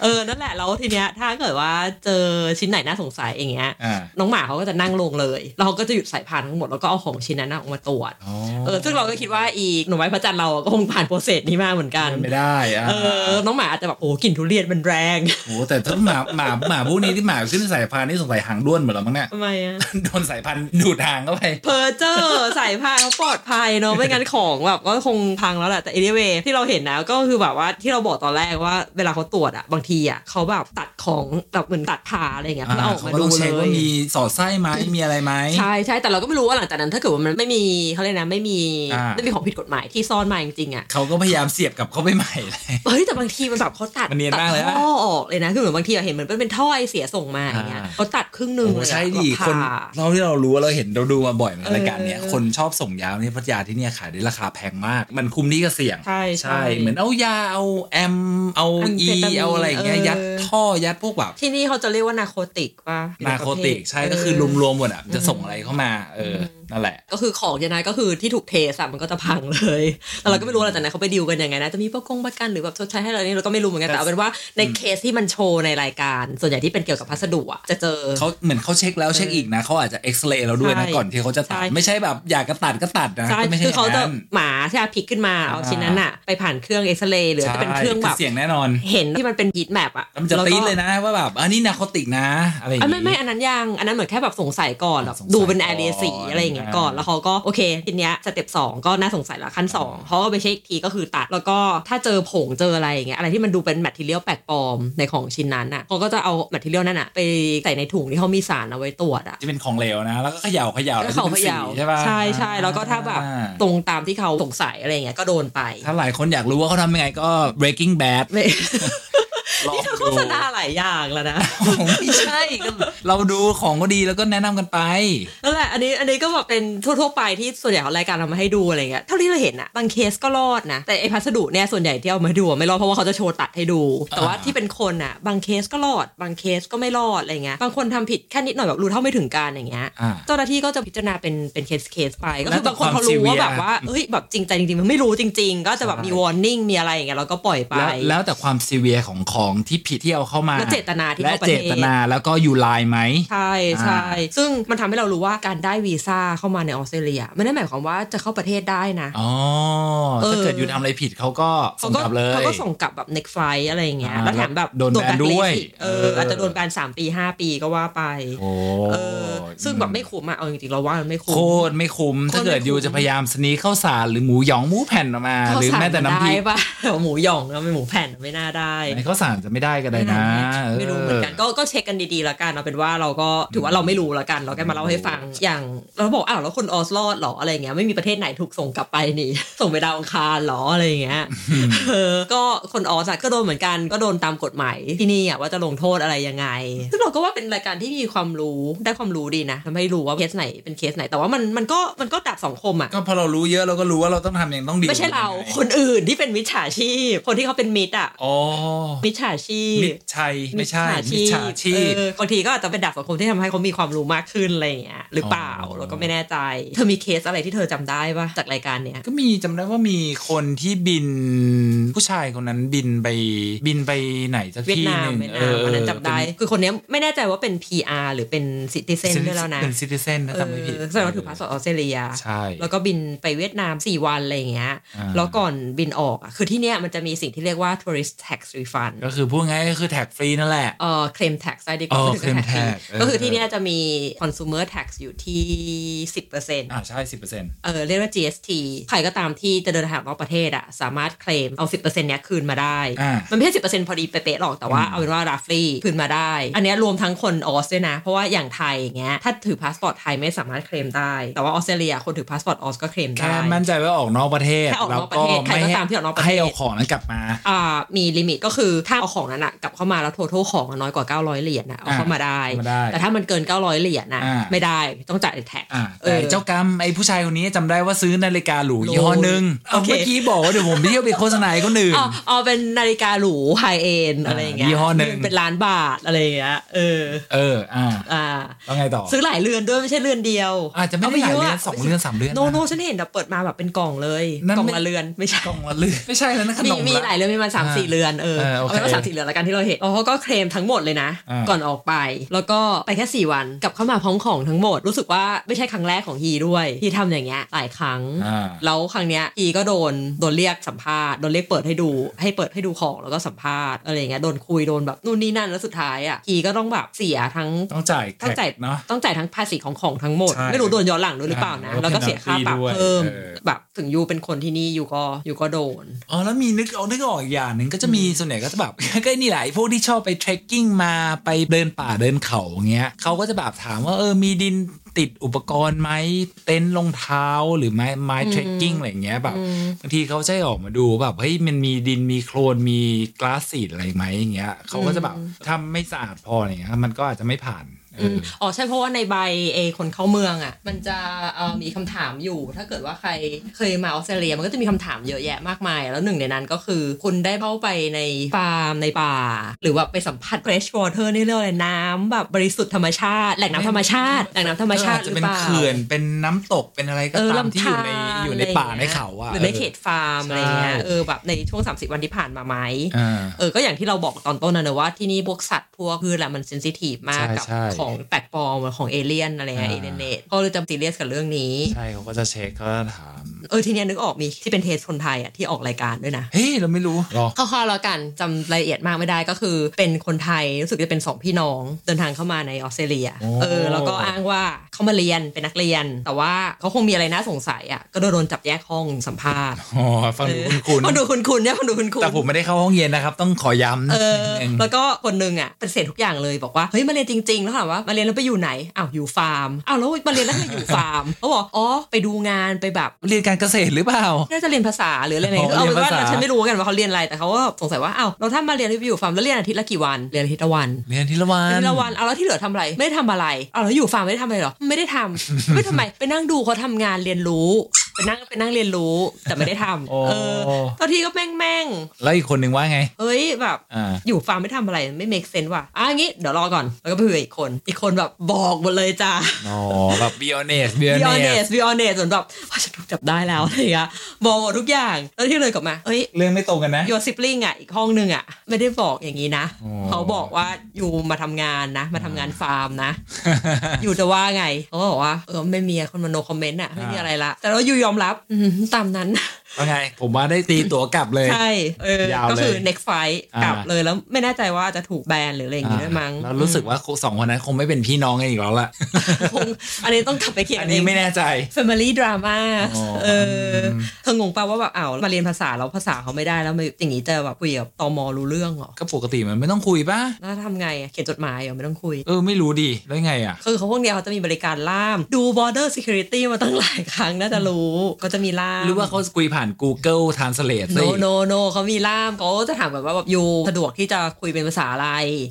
Speaker 2: เออนั่นแหละแล้วทีเนี้ยถ้าเกิดว่าเจอชิ้นไหนน่าสงสัยอย่างเงี้ย
Speaker 3: อ่า
Speaker 2: น้องหมาเขาก็จะนั่งลงเลย แล้วเขาก็จะหยุดสายพานทั้งหมดแล้วก็เอาของชิ้นนั้นน่ะออกมาตรวจ
Speaker 3: อ๋อ
Speaker 2: เออซึ่งเราก็คิดว่าอีกหน่วยพระจันทร์เราก็คงผ่านโปรเซสนี้มาเหมือนกัน
Speaker 3: ไม่ได้อ่ะ
Speaker 2: เออ น้องหมาอาจจะแบบโอ้กลิ่นทุเรียนมันแรง
Speaker 3: โอ้แต่ถ้าหมาหมาหมาพวกนี้ที่หมาขึ้นสายพานนี่สงสัยหางด้วนหมดแล้วมั้งเนี่ย
Speaker 2: ทำไมอะ
Speaker 3: โดนสายพันธุ์ดูดหางเข้าไป
Speaker 2: เพอเจอร์ สายพานเขาปลอดภัยเนอะไม่งั้นของแบบก็คงพังแล้วแหละแต่ anyway ที่เราเห็นนะก็คือแบบว่าที่เราบอกตอนแรกว่าเวลาเขาตรวจอะบางทีอะเขาแบบตัดของแบบเหมือนตัดผ่าอะไรอย่างเงี้ยเขา
Speaker 3: อ่า
Speaker 2: เอาออก
Speaker 3: เขา
Speaker 2: มา
Speaker 3: ก็
Speaker 2: ดู
Speaker 3: ต้อง
Speaker 2: เล
Speaker 3: เช็คว่าย มีสอดไส้ไหมมีอะไรไหม
Speaker 2: ใช่ใช่แต่เราก็ไม่รู้ว่าหลังจากนั้นถ้าเกิดว่ามันไม่มีเขาเรียกนะไม่มี
Speaker 3: อ่า
Speaker 2: ไม่มีของผิดกฎหมายที่ซ่อนมาจริงๆอะ
Speaker 3: เขาก็พยายามเสียบกลับเข้าไปใหม่เลย
Speaker 2: เฮ้ยแต่บางทีมันแบบเขาตัด
Speaker 3: มันเนียน
Speaker 2: ตัด
Speaker 3: มากเลยนะ
Speaker 2: ท่อออกเลยนะคือเหมือนบางทีอะเห็นเหมือนเป็นท่อไอเสียส่งมาอย่างเงี้ย
Speaker 3: อ่า
Speaker 2: เขาตัดครึ่งหนึ่ง
Speaker 3: โอ้
Speaker 2: เลยอะ
Speaker 3: ใช่
Speaker 2: แบบ
Speaker 3: ดิ
Speaker 2: ผ่า
Speaker 3: คนเราที่เรารู้เราเห็นเราดูมาบ่อยในรายการเนี้ย
Speaker 2: เออ
Speaker 3: คนชอบส่งยาเนี่ยพัทยาที่เนี่ยขายได้ราคาแพงมาก มันคุ้มนี่ก็เสี่ยง
Speaker 2: ใช่ใช่
Speaker 3: เหมือนเอายาเอาแอมเอา
Speaker 2: อัน
Speaker 3: อี
Speaker 2: เฟตามีน
Speaker 3: เอาอะไรอย่างเงี้ย
Speaker 2: เออ
Speaker 3: ยัดท่อยัดพวกแบบ
Speaker 2: ที่นี่เขาจะเรียกว่านาโคติกป่ะ
Speaker 3: นาโคติกใช่ก็คือ
Speaker 2: เ
Speaker 3: รวมๆหมดอ่ะมันจะส่งอะไรเข้ามาเอออนั่นแหละ
Speaker 2: ก็คือของเนี่ยนะก็คือที่ถูกเทสอะมันก็จะพังเลยแต่เราก็ไม่รู้หลังจากนั้นเขาไปดีลกันยังไงนะจะมีประกงประกันหรือแบบชดใช้ให้เรานี่เราก็ไม่รู้เหมือนกันแต่เอาเป็นว่าในเคสที่มันโชว์ในรายการ ส่วนใหญ่ที่เป็นเกี่ยวกับพัสดุอะจะเจอ
Speaker 3: เขาเหมือนเขาเช็คแล้วเช็คอีกนะเขาอาจจะเอ็กซเรย์เราด้วยนะ
Speaker 2: ใช่
Speaker 3: ก่อนที่เขาจะตัด
Speaker 2: ใช่
Speaker 3: ไม่ใช่แบบอยากจะตัดก็ตัดนะ
Speaker 2: ใช่
Speaker 3: ก็ไม่ใช่
Speaker 2: คือ
Speaker 3: อ
Speaker 2: เขา
Speaker 3: ย่าง
Speaker 2: จะ
Speaker 3: นั้น
Speaker 2: หมาที่อาพลิกขึ้นมาเอา
Speaker 3: อ่า
Speaker 2: ชิ้นนั้นอะไปผ่านเครื่องเอ็กซเรย์หรือจะเป็นเครื่องแบบ
Speaker 3: ใช่เสียงแน่นอน
Speaker 2: เห็นที่มันเป็นฮีทแมปอะ
Speaker 3: แล้วมันจะ
Speaker 2: แวก็
Speaker 3: ตีดเลยนะว่าแบบอันนี้นาคอติกนะอะไรอย่าง
Speaker 2: อ่ะ
Speaker 3: งี้
Speaker 2: ไม่ไม่อันนั้นยัง อันนั้นเหมือนแค่แบบสงสัยก่อนแบบ
Speaker 3: สงสัย
Speaker 2: ดูเป็น
Speaker 3: ก่
Speaker 2: แอ
Speaker 3: อน
Speaker 2: เรียสีอะไรอย่างเงี้ยก่อน
Speaker 3: อ่า
Speaker 2: แล้วเขาก็โอเคทีเนี้ยสเต็ปสองก็น่าสงสัยละขั้นสองเขาก็ไปเช็คอีกทีก็คือตัด แล้วก็ถ้าเจอผงเจออะไรอย่างเงี้ยอะไรที่มันดูเป็นแมทเทียลแปลกปลอมในของชิ้นนั้นอะเขาก็จะเอาแมทเทียลนั่นอะไปใส่ในถุงที่เขามีสารเอาไว้ตรวจอะ
Speaker 3: จะเป็นของเหลวนะ แล้วก็เขย่าเขย่า
Speaker 2: ก็
Speaker 3: แล้ว
Speaker 2: เขา
Speaker 3: จะป็น
Speaker 2: เข
Speaker 3: สี
Speaker 2: ย่า
Speaker 3: ใช่ป่ะ
Speaker 2: ใช่ใช่แล้วก็ถ้าแบบ
Speaker 3: อ่
Speaker 2: ตรงตามที่เขาสงสัยอะไรอย่างเงี้ยก็โดนไป
Speaker 3: ถ้าหลายคนอยากรู้ว่าเขาทำยังไงก็ breaking bad
Speaker 2: ไม่
Speaker 3: ลอง
Speaker 2: นี่เธอโฆ
Speaker 3: ดู
Speaker 2: ษณาหลายอย่างแล้วนะ
Speaker 3: ไม่ใช่ก็เราดูของก็ดีแล้วก็แนะนำกันไป
Speaker 2: นั่นแหละอันนี้อันนี้ก็แบบเป็นทั่วๆไปที่ส่วนใหญ่ของรายการเอามาให้ดูอะไรเงี้ยเท่าที่เราเห็นอะบางเคสก็รอดนะแต่ไอพัสดุเนี่ยส่วนใหญ่ที่เอามาให้ดูอะไม่รอดเพราะว่าเขาจะโชว์ตัดให้ดู แต่ว่า
Speaker 3: อ่า
Speaker 2: ที่เป็นคนอะบางเคสก็รอด บางเคสก็ไม่รอดอะไรเงี้ยบางคนทำผิดแค่นิดหน่อยแบบรู้เท่าไม่ถึงการอย่างเงี้ย
Speaker 3: อ่า
Speaker 2: เจ้าหน้าที่ก็จะพิจารณาเป็นเป็นเคสเคสไปก็
Speaker 3: แล้
Speaker 2: คื
Speaker 3: ว
Speaker 2: อ
Speaker 3: แต่
Speaker 2: บางคนเขารู้ว่าแบบว่าเอ้ยแบบจริงใจจริงๆมันไม่รู้จริง ๆ ก็จะแบบมี
Speaker 3: ใช่
Speaker 2: วอร์นิ่งมีอะไรอย่างเงี้ยเราก็ปล่อยไป
Speaker 3: แล้วแล้วแต่ความซีเวียของของที่ผิดที่เอาเข้ามา
Speaker 2: และเจตนาที่
Speaker 3: และ
Speaker 2: เข้าประเทศ
Speaker 3: เจตนาแล้วก็อยู่ลายไหม
Speaker 2: ใช่ใช่
Speaker 3: อ่า
Speaker 2: ซึ่งมันทำให้เรารู้ว่าการได้วีซ่าเข้ามาในออสเตรเลียไม่ได้หมายความว่าจะเข้าประเทศได้นะ
Speaker 3: อ๋อถ้าเกิดอยู่ทำอะไรผิดเขาก็ส่
Speaker 2: เขา
Speaker 3: ง
Speaker 2: ก็
Speaker 3: กลับเลย
Speaker 2: เขาก็ส่งกลับแบบ next flight อะไรอย่างเงี้ย
Speaker 3: อ่า
Speaker 2: แล้วแถมแบบ
Speaker 3: โดน
Speaker 2: ตัว
Speaker 3: แบน
Speaker 2: blacklist
Speaker 3: ด้วย
Speaker 2: อีกเอ
Speaker 3: เอ
Speaker 2: อ
Speaker 3: ออ
Speaker 2: อาจจะโดนแบนสามปีห้าปีก็ว่าไป
Speaker 3: โอ้
Speaker 2: เออซึ่งแบบไม่คุ้มอะเอาจริงๆเราว่ามันไม่คุ้
Speaker 3: โค
Speaker 2: ม
Speaker 3: ตรไม่คุ้ม ถ้าเกิด
Speaker 2: โคตรไม่คุ้ม
Speaker 3: ยูจะพยายามสนีเข้าวสารหรือหมูหยองหมูแผ่นออกมา หรือแม้แต่น้ำพริก
Speaker 2: ได้ปะ หมูหย่องแล้วไม่หมูแผ่นไม่น่าได้
Speaker 3: ในข้าวสารจะไม่ได้ก็ได้นะ
Speaker 2: ไม่รู้เหมือนกันก็ก็เช็คกันดีๆละกันเอาเป็นว่าเราก็ถือว่าเราไม่รู้ละกัน เราแค่มาเล่าให้ฟังอย่างเราบอกอ้าวแล้วคนออสลอดเหรออะไรอย่างเงี้ยไม่มีประเทศไหนถูกส่งกลับไปนี่ ส่งไปดาวอังคารเหรออะไรอย่างเงี้ย เออก็คนออสอะก็โดนเหมือนกันก็โดนตามกฎหมายที่นี่อะว่าจะลงโทษอะไรยังไง ซึ่งเราก็ว่าเป็นรายการที่มีความรู้ได้ความรู้ดีนะทำให้รู้ว่าเคสไหนเป็นเคสไหนแต่ว่ามันมันก็มันก็ดับสังคมอะ
Speaker 3: ก็พอเรารู้เยอะเราก็รู้ว่าเราต้องทำอย่างต้องดี
Speaker 2: ไม่ใช่เราคนอื่นที่เป็นมิจฉาชีพ คนที่เขาเป็นมิตรอะ
Speaker 3: อ๋อ
Speaker 2: มิจฉาชีพ
Speaker 3: มิดชัยไม่ใช่มิจฉาชีพ
Speaker 2: เออบางทีก็อาจจะเป็นดับสังคมที่ทำให้เขามีความรู้มากขึ้นอะไรอย่างเงี้ยหรือเปล่า
Speaker 3: อ๋อ
Speaker 2: เราก็ไม่แน่ใจเธอมีเคสอะไรที่เธอจำได้ปะจากรายการเนี้ย
Speaker 3: ก็มีจำได้ว่ามีคนที่บินผู้ชายคนนั้นบินไปบินไปไหนสัก
Speaker 2: เวียด
Speaker 3: ที่
Speaker 2: นาม
Speaker 3: หนึ่ง
Speaker 2: เวียดนามวันนั้นจำได้ คือคนเนี้ยไม่แน่ใจว่าเป็น PR หรือเป็นซิติเซนด้วยแล้วนะ
Speaker 3: เป็นซิติเซนนะจำไม่ผิด
Speaker 2: เออแสดงว่าถือพาสปอร์ตออสเตรเลีย
Speaker 3: ใช่
Speaker 2: แล้วก็บินไปเวียดนาม 4 วันอะไรอย่างเงี้ย
Speaker 3: อ่า
Speaker 2: แล้วก่อนบินออกอะคือที่เนี้ยมันจะมีสิ่งที่เรียกว่า tourist tax refund
Speaker 3: ก็คือพูดง่ายๆก็คือแท็กฟรีนั่นแหละ
Speaker 2: เอ่อเคลม tax ได้ดีก
Speaker 3: อ๋
Speaker 2: ว่า
Speaker 3: อ
Speaker 2: พูดถึง tax
Speaker 3: claim
Speaker 2: นี่
Speaker 3: tax เออ
Speaker 2: ก็คือที่เนี้ยจะมี consumer tax อยู่ที่ 10%เ
Speaker 3: อ่าใช่สิบเปอร์เซ็นต์
Speaker 2: ออเรียกว่า GST ใครก็ตามที่จะเดินทางนอกประเทศอะสามารถเคลมเอา 10%เนี้ยคืนมาได้
Speaker 3: อ่ามั
Speaker 2: มันไม่ใช่สิบเปอร์เซ็นต์พอดีเป๊ะๆหรอกแต่ว่าเอาเป็นว่าราฟลี่คืนมาได้ อันเนี้ยรวมทั้งคนออสด้วยนะ เพราะว่าอย่างไทยอย่างเงี้ยถ้าถือพาสปอร์ตไทยไม่สามารถเคลมได้ แต่ว่าออสเตรเลียคนถือพาสปอร์ตออสก็เคลม
Speaker 3: แค่
Speaker 2: ได้
Speaker 3: มั่นใจว่าออกนอกประเทศ
Speaker 2: แค่ออกนอกประเทศใครก็ตามที่ออกนอกประเทศ
Speaker 3: ให้เอาของนั้นกลับมา
Speaker 2: อ่ามีลิมิตก็คือถ้าเอาของนั้นอะกลับเข้ามาแล้วทั้งของอะน้อยกว่า 900 เหรียญนะเอาเข้ามาได้
Speaker 3: เข้ามาได้
Speaker 2: แต่ถ้ามันเกิน 900 เหรียญนะ
Speaker 3: อ่า
Speaker 2: ไม่ได้ต้องจ่ายแท็ก
Speaker 3: อ่าแต่เจ้ากรรมไอ้ผู้ชายคนนี้จำได้ว่าซื้อนาฬิกาหรูยี่ห้อหนึ่ง
Speaker 2: โอ
Speaker 3: เอา
Speaker 2: เค
Speaker 3: เมื่อกี้บอกว่าเดี๋ยวผมไปเที่ยวไปโฆษณาให้คนอื่น
Speaker 2: อ๋ออ๋อเป็นนาฬิกาหรูไฮเอ็นอะไรอย่างเงี้ย
Speaker 3: ยี่ห้อหนึ่ง
Speaker 2: เป็นล้านบาทอะไรอย่างเงี้ยเออ
Speaker 3: เอออ่า
Speaker 2: อ่า
Speaker 3: แล้วไงต่อ
Speaker 2: ซื้อหลายเรือนด้วยไม่ใช่เรือนเดียว
Speaker 3: อาจจะไม่ได้หลายเรือนสองเรือนสามเรือน
Speaker 2: โน
Speaker 3: นะ
Speaker 2: โนฉันเห็นแบบเปิดมาแบบเป็นกล่องเลย
Speaker 3: นั่น
Speaker 2: กล่อง
Speaker 3: ไม่
Speaker 2: ละเรือนไม่ใช่
Speaker 3: กล่องละลือไม่ใช่แล้วนะข
Speaker 2: มี
Speaker 3: นม
Speaker 2: มี
Speaker 3: ละ
Speaker 2: หลายเรือนมีประมาณสามสี่
Speaker 3: อ่า
Speaker 2: เรือนเออ
Speaker 3: เออโอ
Speaker 2: เอา
Speaker 3: เค
Speaker 2: เป็นว่า ามสีเหลืองละกันที่เราเห็นแล้วเขาก็เคลมทั้งหมดเลยนะ
Speaker 3: อ่า
Speaker 2: ก่อนออกไป แล้วก็ไปแค่ 4 วันกลับเข้ามาพร้อมของทั้งหมด รู้สึกว่าไม่ใช่ครั้งแรกของฮีด้วยฮีทำอย่างเงี้ยหลายครั้ง
Speaker 3: อ่า
Speaker 2: แล้วครั้งเนี้ยอีก็โดนโดนเรียกสัมภาษณ์โดนเรียกเปิดให้ดูให้เปิดให้ดูของแล้วก็สัมภาษณ์อะไรอย่างเงี้ยโดนคุยโดนแบบนู่นนี่นั่นแล้วสุดท้ายอ่ะอีก็ต้องแบบเสียทั้ง
Speaker 3: ต้องจ่าย
Speaker 2: ต้องจ่าย
Speaker 3: แท็กเนาะ
Speaker 2: ต้องจ่ายทั้งภาษีของของทั้งหมด
Speaker 3: ใช่
Speaker 2: ไม่รู้โดนย้อนหลังด้วยหรือเปล่านะ
Speaker 3: อ่า
Speaker 2: แล้วก็เสียค่าปรับ
Speaker 3: ด้วย
Speaker 2: เพิ่ม
Speaker 3: เออ
Speaker 2: แบบถึงยูเป็นคนที่นี่ยูก็ยูก็โดน
Speaker 3: อ๋อแล้วมีนึกเอานึกออกอีกอย่างหนึ่งก็จะมีส่วนใหญ่ก็จะแบบ ก็นี่แหละไอ้พวกที่ชอบไปเทรคกิ้งมาไปเดินป่าเดินเขาอย่างเงี้ยเขาก็จะแบบถามว่าเออมีดินติดอุปกรณ์ไหมเต็นท์รองเท้าหรือไม้ไม้เทรคกิ้งอะไรอย่างเงี้ยแบบบางทีเขาจะให้ออกมาดูแบบเฮ้ยมันมีดินมีโคลนมีกลาสสีดอะไรไหมอย่างเงี้ยเขาก็จะแบบถ้าไม่สะอาดพออะไรเงี้ยมันก็อาจจะไม่ผ่านเอออ
Speaker 2: อ๋อใช่เพราะว่าในใบเอคนเข้าเมืองอ่ะ มันจะเอ่อมีคำถามอยู่ ถ้าเกิดว่าใครเคยมาออสเตรเลียมันก็จะมีคำถามเยอะแยะมากมาย แล้วหนึ่งในนั้นก็คือ คุณได้เข้าไปในฟาร์มในป่า หรือว่าไปสัมผัส fresh water นี่เรียกอะไรน้ำแบบบริสุทธิ์ธรรมชาติแหล่งน้ำธรรมชาติแหล่งน้ำธรรมชาติ
Speaker 3: เอออ
Speaker 2: ห
Speaker 3: จจะ
Speaker 2: รือ
Speaker 3: เป็น
Speaker 2: เปล่า
Speaker 3: เขื่อนเป็นน้ำตกเป็นอะไรก็
Speaker 2: เออ
Speaker 3: ตามที่อยู่
Speaker 2: ลำ
Speaker 3: ใน
Speaker 2: ธาร
Speaker 3: อยู่ในป่าในเขาอ่ะ
Speaker 2: หรือในเขต
Speaker 3: อ
Speaker 2: ฟาร์ม
Speaker 3: ใช่
Speaker 2: อะไรเงี้ยเออแบบในช่วง 30 วันที่ผ่านมาไหม
Speaker 3: ออ่า
Speaker 2: เออก็อย่างที่เราบอกตอนต้นนะเนอะว่าที่นี่พวกสัตว์พวกพืชแหละมันเซนซิทีฟมาก
Speaker 3: ใช่
Speaker 2: กับ
Speaker 3: ใช่
Speaker 2: ของแปลกปลอมของเอเลี่ยนอะไรเงี้ย
Speaker 3: อ่า
Speaker 2: เอเลี่ยนเนตก็เลยจะซีเรียสกับเรื่องนี้
Speaker 3: ใช่เขาก็จะเช็คเขาจะถาม
Speaker 2: เออทีเนี้ยนึกออกมีที่เป็นเทสคนไทยอ่ะที่ออกรายการด้วยนะ
Speaker 3: เฮ้ย เราไม่รู้หรอ
Speaker 2: คร่าวๆแล้วกันจำรายละเอียดมากไม่ได้ก็คือ เป็นคนไทยรู้สึกจะเป็นสองพี่น้องเดินทางเข้ามาในออสเตรเลีย
Speaker 3: โอ้
Speaker 2: เออแล้วก็อ้างว่าเขามาเรียนเป็นนักเรียน แต่ว่าเขาคงมีอะไรน่าสงสัยอ่ะก็โดนจับแยกห้องสัมภาษณ์
Speaker 3: อ๋อฟั งดูคุ้น
Speaker 2: มันดูคุณคุณเนี่ยมันดูคุณ
Speaker 3: ๆ
Speaker 2: คุณ
Speaker 3: แต่ผมไม่ได้เข้าห้องเย็นนะครับ ต้องขอย้ำ
Speaker 2: เออ
Speaker 3: นิดนึง
Speaker 2: แล้วก็คนหนึงอ่ะปฏิเสธทุกอย่างเลยบอกว่าเฮ้ยมาเรียนจริง ๆ แล้วถามว่ามาเรียนแล้วไปอยู่ไหนอ้าวอยู่ฟาร์มอ้าวแล้วมาเรียนแล้วทำไมอยู่ฟาร์มเขาบอกอ๋อไปดูงานไปแบบ
Speaker 3: เรียนการเกษตรหรือเปล่า
Speaker 2: น่าจะเรียนภาษาหรืออะไรไหน
Speaker 3: อ๋อ
Speaker 2: เอาเป็นว่า
Speaker 3: เรียนภาษา
Speaker 2: ฉันไม่รู้กันว่าเขาเรียนอะไรแต่เขาก็สงสัยว่าอ้าวเราถ้ามาเรียนแล้วไปอยู่ฟาร์มแล้วเรียนอาทิตย์ละกี่วันเรียนอาทิตย์ละวัน
Speaker 3: เรียนทีละวั
Speaker 2: อาทิ
Speaker 3: น
Speaker 2: ตย์ละวันเอาแล้วที่เหลือทำอะไรไม่ได้ทำอะไรเอาแล้วอยู่ฟาร์มไม่ได้ทำอะไรหรอไม่ได้ท ำไม่ทำไมไปนั่งดูเขาทำงานเรียนรู้ไปนั่งไปนั่งเรียนรู้แต่ไม่ได้ทำ
Speaker 3: โอ้
Speaker 2: เออตอนที่ก็แม่งแม่ง
Speaker 3: แล้วอีกคนหนึ่งว่าไง
Speaker 2: ๆเอ้ยแบบ
Speaker 3: อ่า
Speaker 2: อยู่ฟาร์มไม่ทำอะไรไม่เมคเซนว่ะอ่ะอย่างงี้เดี๋ยวรอก่อน แล้วก็ไปคุยกับอีกคน อีกคนแบบบอกหมดเลยจ้า
Speaker 3: อ๋อ แบบเบียเนสเบีย
Speaker 2: be
Speaker 3: เนส
Speaker 2: honest be honest ส่วนแบบว่าฉันถูกจับได้แล้วอะไรอย่างเงี้ยบอกหมดทุกอย่าง แล้วที่เลยกลับมาเอ้ย
Speaker 3: เรื่องไม่ตรงกันนะ
Speaker 2: โยซิปลิงอ่ะอีกห้องนึงอ่ะ ไม่ได้บอกอย่างนี้นะ
Speaker 3: อ๋อ
Speaker 2: เขาบอกว่าอยู่มาทำงานนะ มาทำงานฟาร์ม นะ อยู่จะว่าไงเขาก็บอกว่าเออไม่มีคนมาโนคอมเมนต์อ่ะไม่มีอะไรละแต่ว่าอยู่ยอมรับอืมตามนั้น
Speaker 3: ว่าไง ผมว่าได้ตีตัวกลับเลย
Speaker 2: ใช่เออย
Speaker 3: าวเลย
Speaker 2: ก็คือ next fight
Speaker 3: อ่าก ก
Speaker 2: ลับเลยแล้วไม่แน่ใจว่าจะถูกแบนหรืออะไรอย่างงี้ด้วยมั้ง
Speaker 3: แล้วรู้สึกว่าสองคนนั้นคงไม่เป็นพี่น้องกันอีกแล้วล่ะ
Speaker 2: คงอันนี้ต้องกลับไปเขียน
Speaker 3: อัน
Speaker 2: เอ
Speaker 3: นี้
Speaker 2: ง
Speaker 3: ไม่แน่ใจ
Speaker 2: Family Drama
Speaker 3: อ๋อ
Speaker 2: เออเธองงป่าว่าแบบอ้าวมาเรียนภาษาแล้วภาษาเขาไม่ได้แล้วมาอย่างนี้จะแบบคุยกับตมรู้เรื่องเหรอ
Speaker 3: ก็ปกติมันไม่ต้องคุยป่ะ
Speaker 2: แล้วทำไงอะเขียนจดหมายเหรอไม่ต้องคุย
Speaker 3: เออ ไม่รู้ดีแล้วไงอ่ะ
Speaker 2: คือเขาพวกเนี้ยเขาจะมีบริการล่าม ดู border security มาตั้งหลายครั้งน่าจะรู้ก็จะมีล่าม
Speaker 3: หรือว่าเขาคุยผ่าน Google Translate
Speaker 2: โน
Speaker 3: สิ
Speaker 2: โนโนเขามีล่ามเขาจะถามแบบว่าแบบยูสะดวกที่จะคุยเป็นภาษาอะไร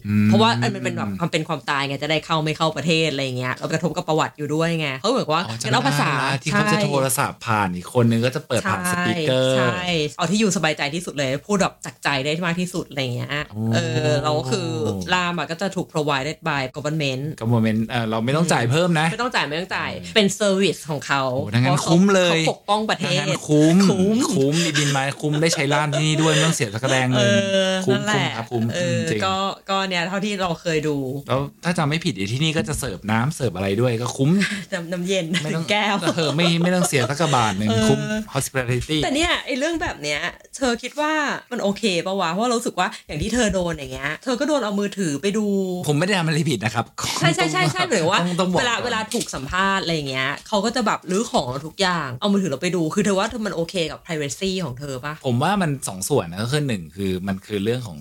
Speaker 3: อืม
Speaker 2: เพราะว่าเออมันเป็นแบบความเป็นความตายไงจะได้เข้าไม่เข้าประเทศอะไรเงี้ยแล้วกระทบกับประวัติอยู่ด้วยไงเขาเหมือนว่า
Speaker 3: อ๋อจำ
Speaker 2: งั้น
Speaker 3: ได้
Speaker 2: เอาภาษา
Speaker 3: ละที่เขาจะโทรศัพท์ผ่านอีกคนนึงก็จะเปิดผ่านส
Speaker 2: ใช่
Speaker 3: ปีกเกอร์
Speaker 2: ใช่เอาที่อยู่สบายใจที่สุดเลย พูดแบบจากใจได้มากที่สุดอะไรเงี้ย
Speaker 3: โอ้
Speaker 2: เออเราก็คือล่ามอะก็จะถูก provided by government
Speaker 3: ก็โมเมนต์เอ่อเราไม่ต้องจ่ายเพิ่มนะ
Speaker 2: ไม่ต้องจ่ายไม่ต้องจ่ายเป็นเซอร์วิสของเขา
Speaker 3: โอ้ดังนั้น
Speaker 2: พราะขา
Speaker 3: คุ้มเลย
Speaker 2: ขาปกป้องประเท
Speaker 3: ดัง
Speaker 2: ศ
Speaker 3: นั้นคุ้ม
Speaker 2: คุ้ม
Speaker 3: คุ้มมีบินมาคุ้มได้ใช้ร้านที่นี่ด้วยไม่ต้องเสียสักกระแดง
Speaker 2: เอ
Speaker 3: เลย
Speaker 2: อ
Speaker 3: คุ้ม
Speaker 2: นั่นแห
Speaker 3: คุ้ม
Speaker 2: ละ
Speaker 3: ครับคุ้ม
Speaker 2: เออ
Speaker 3: จริง
Speaker 2: ก็ก็เนี่ยเท่าที่เราเคยดู
Speaker 3: ๆแล้วถ้าจำไม่ผิดอีที่นี่ก็จะเสิร์ฟน้ำเสิร์ฟอะไรด้วยก็คุ้ม
Speaker 2: น้ำน้ำเย็น
Speaker 3: ไม่
Speaker 2: ถึ
Speaker 3: ต้อง
Speaker 2: งแก้ว
Speaker 3: เออไม่ไม่ต้องเสียสักกระบาทหนึ่ง
Speaker 2: เออ
Speaker 3: คุ้ม hospitality
Speaker 2: แต่เนี่ยไอ้เรื่องแบบเนี้ย เธอคิดว่ามันโอเคปะวะเพราะเรารู้สึกว่าอย่างที่เธอโดนอย่างเงี้ยเธอก็โดนเอามือถือไปดู
Speaker 3: ผมไม่ได้ทำอะไรผิดนะครับ
Speaker 2: ใช่ใช่ใช่ใช่หรือว่า
Speaker 3: ต้องต้องบอก
Speaker 2: เวลา
Speaker 3: ก่อน
Speaker 2: เวลาถูกสัมภาษณ์อะไรเงี้ยเขาก็จะแบบรื้อของเราทุกอย่างเอามือถือเราไปดู คือเธอว่าเธอมันโอเคกับ p r i เวซีของเธอปะ
Speaker 3: ผมว่ามันสองส่วนนะก็คือหนึ่งคือมันคือเรื่องของ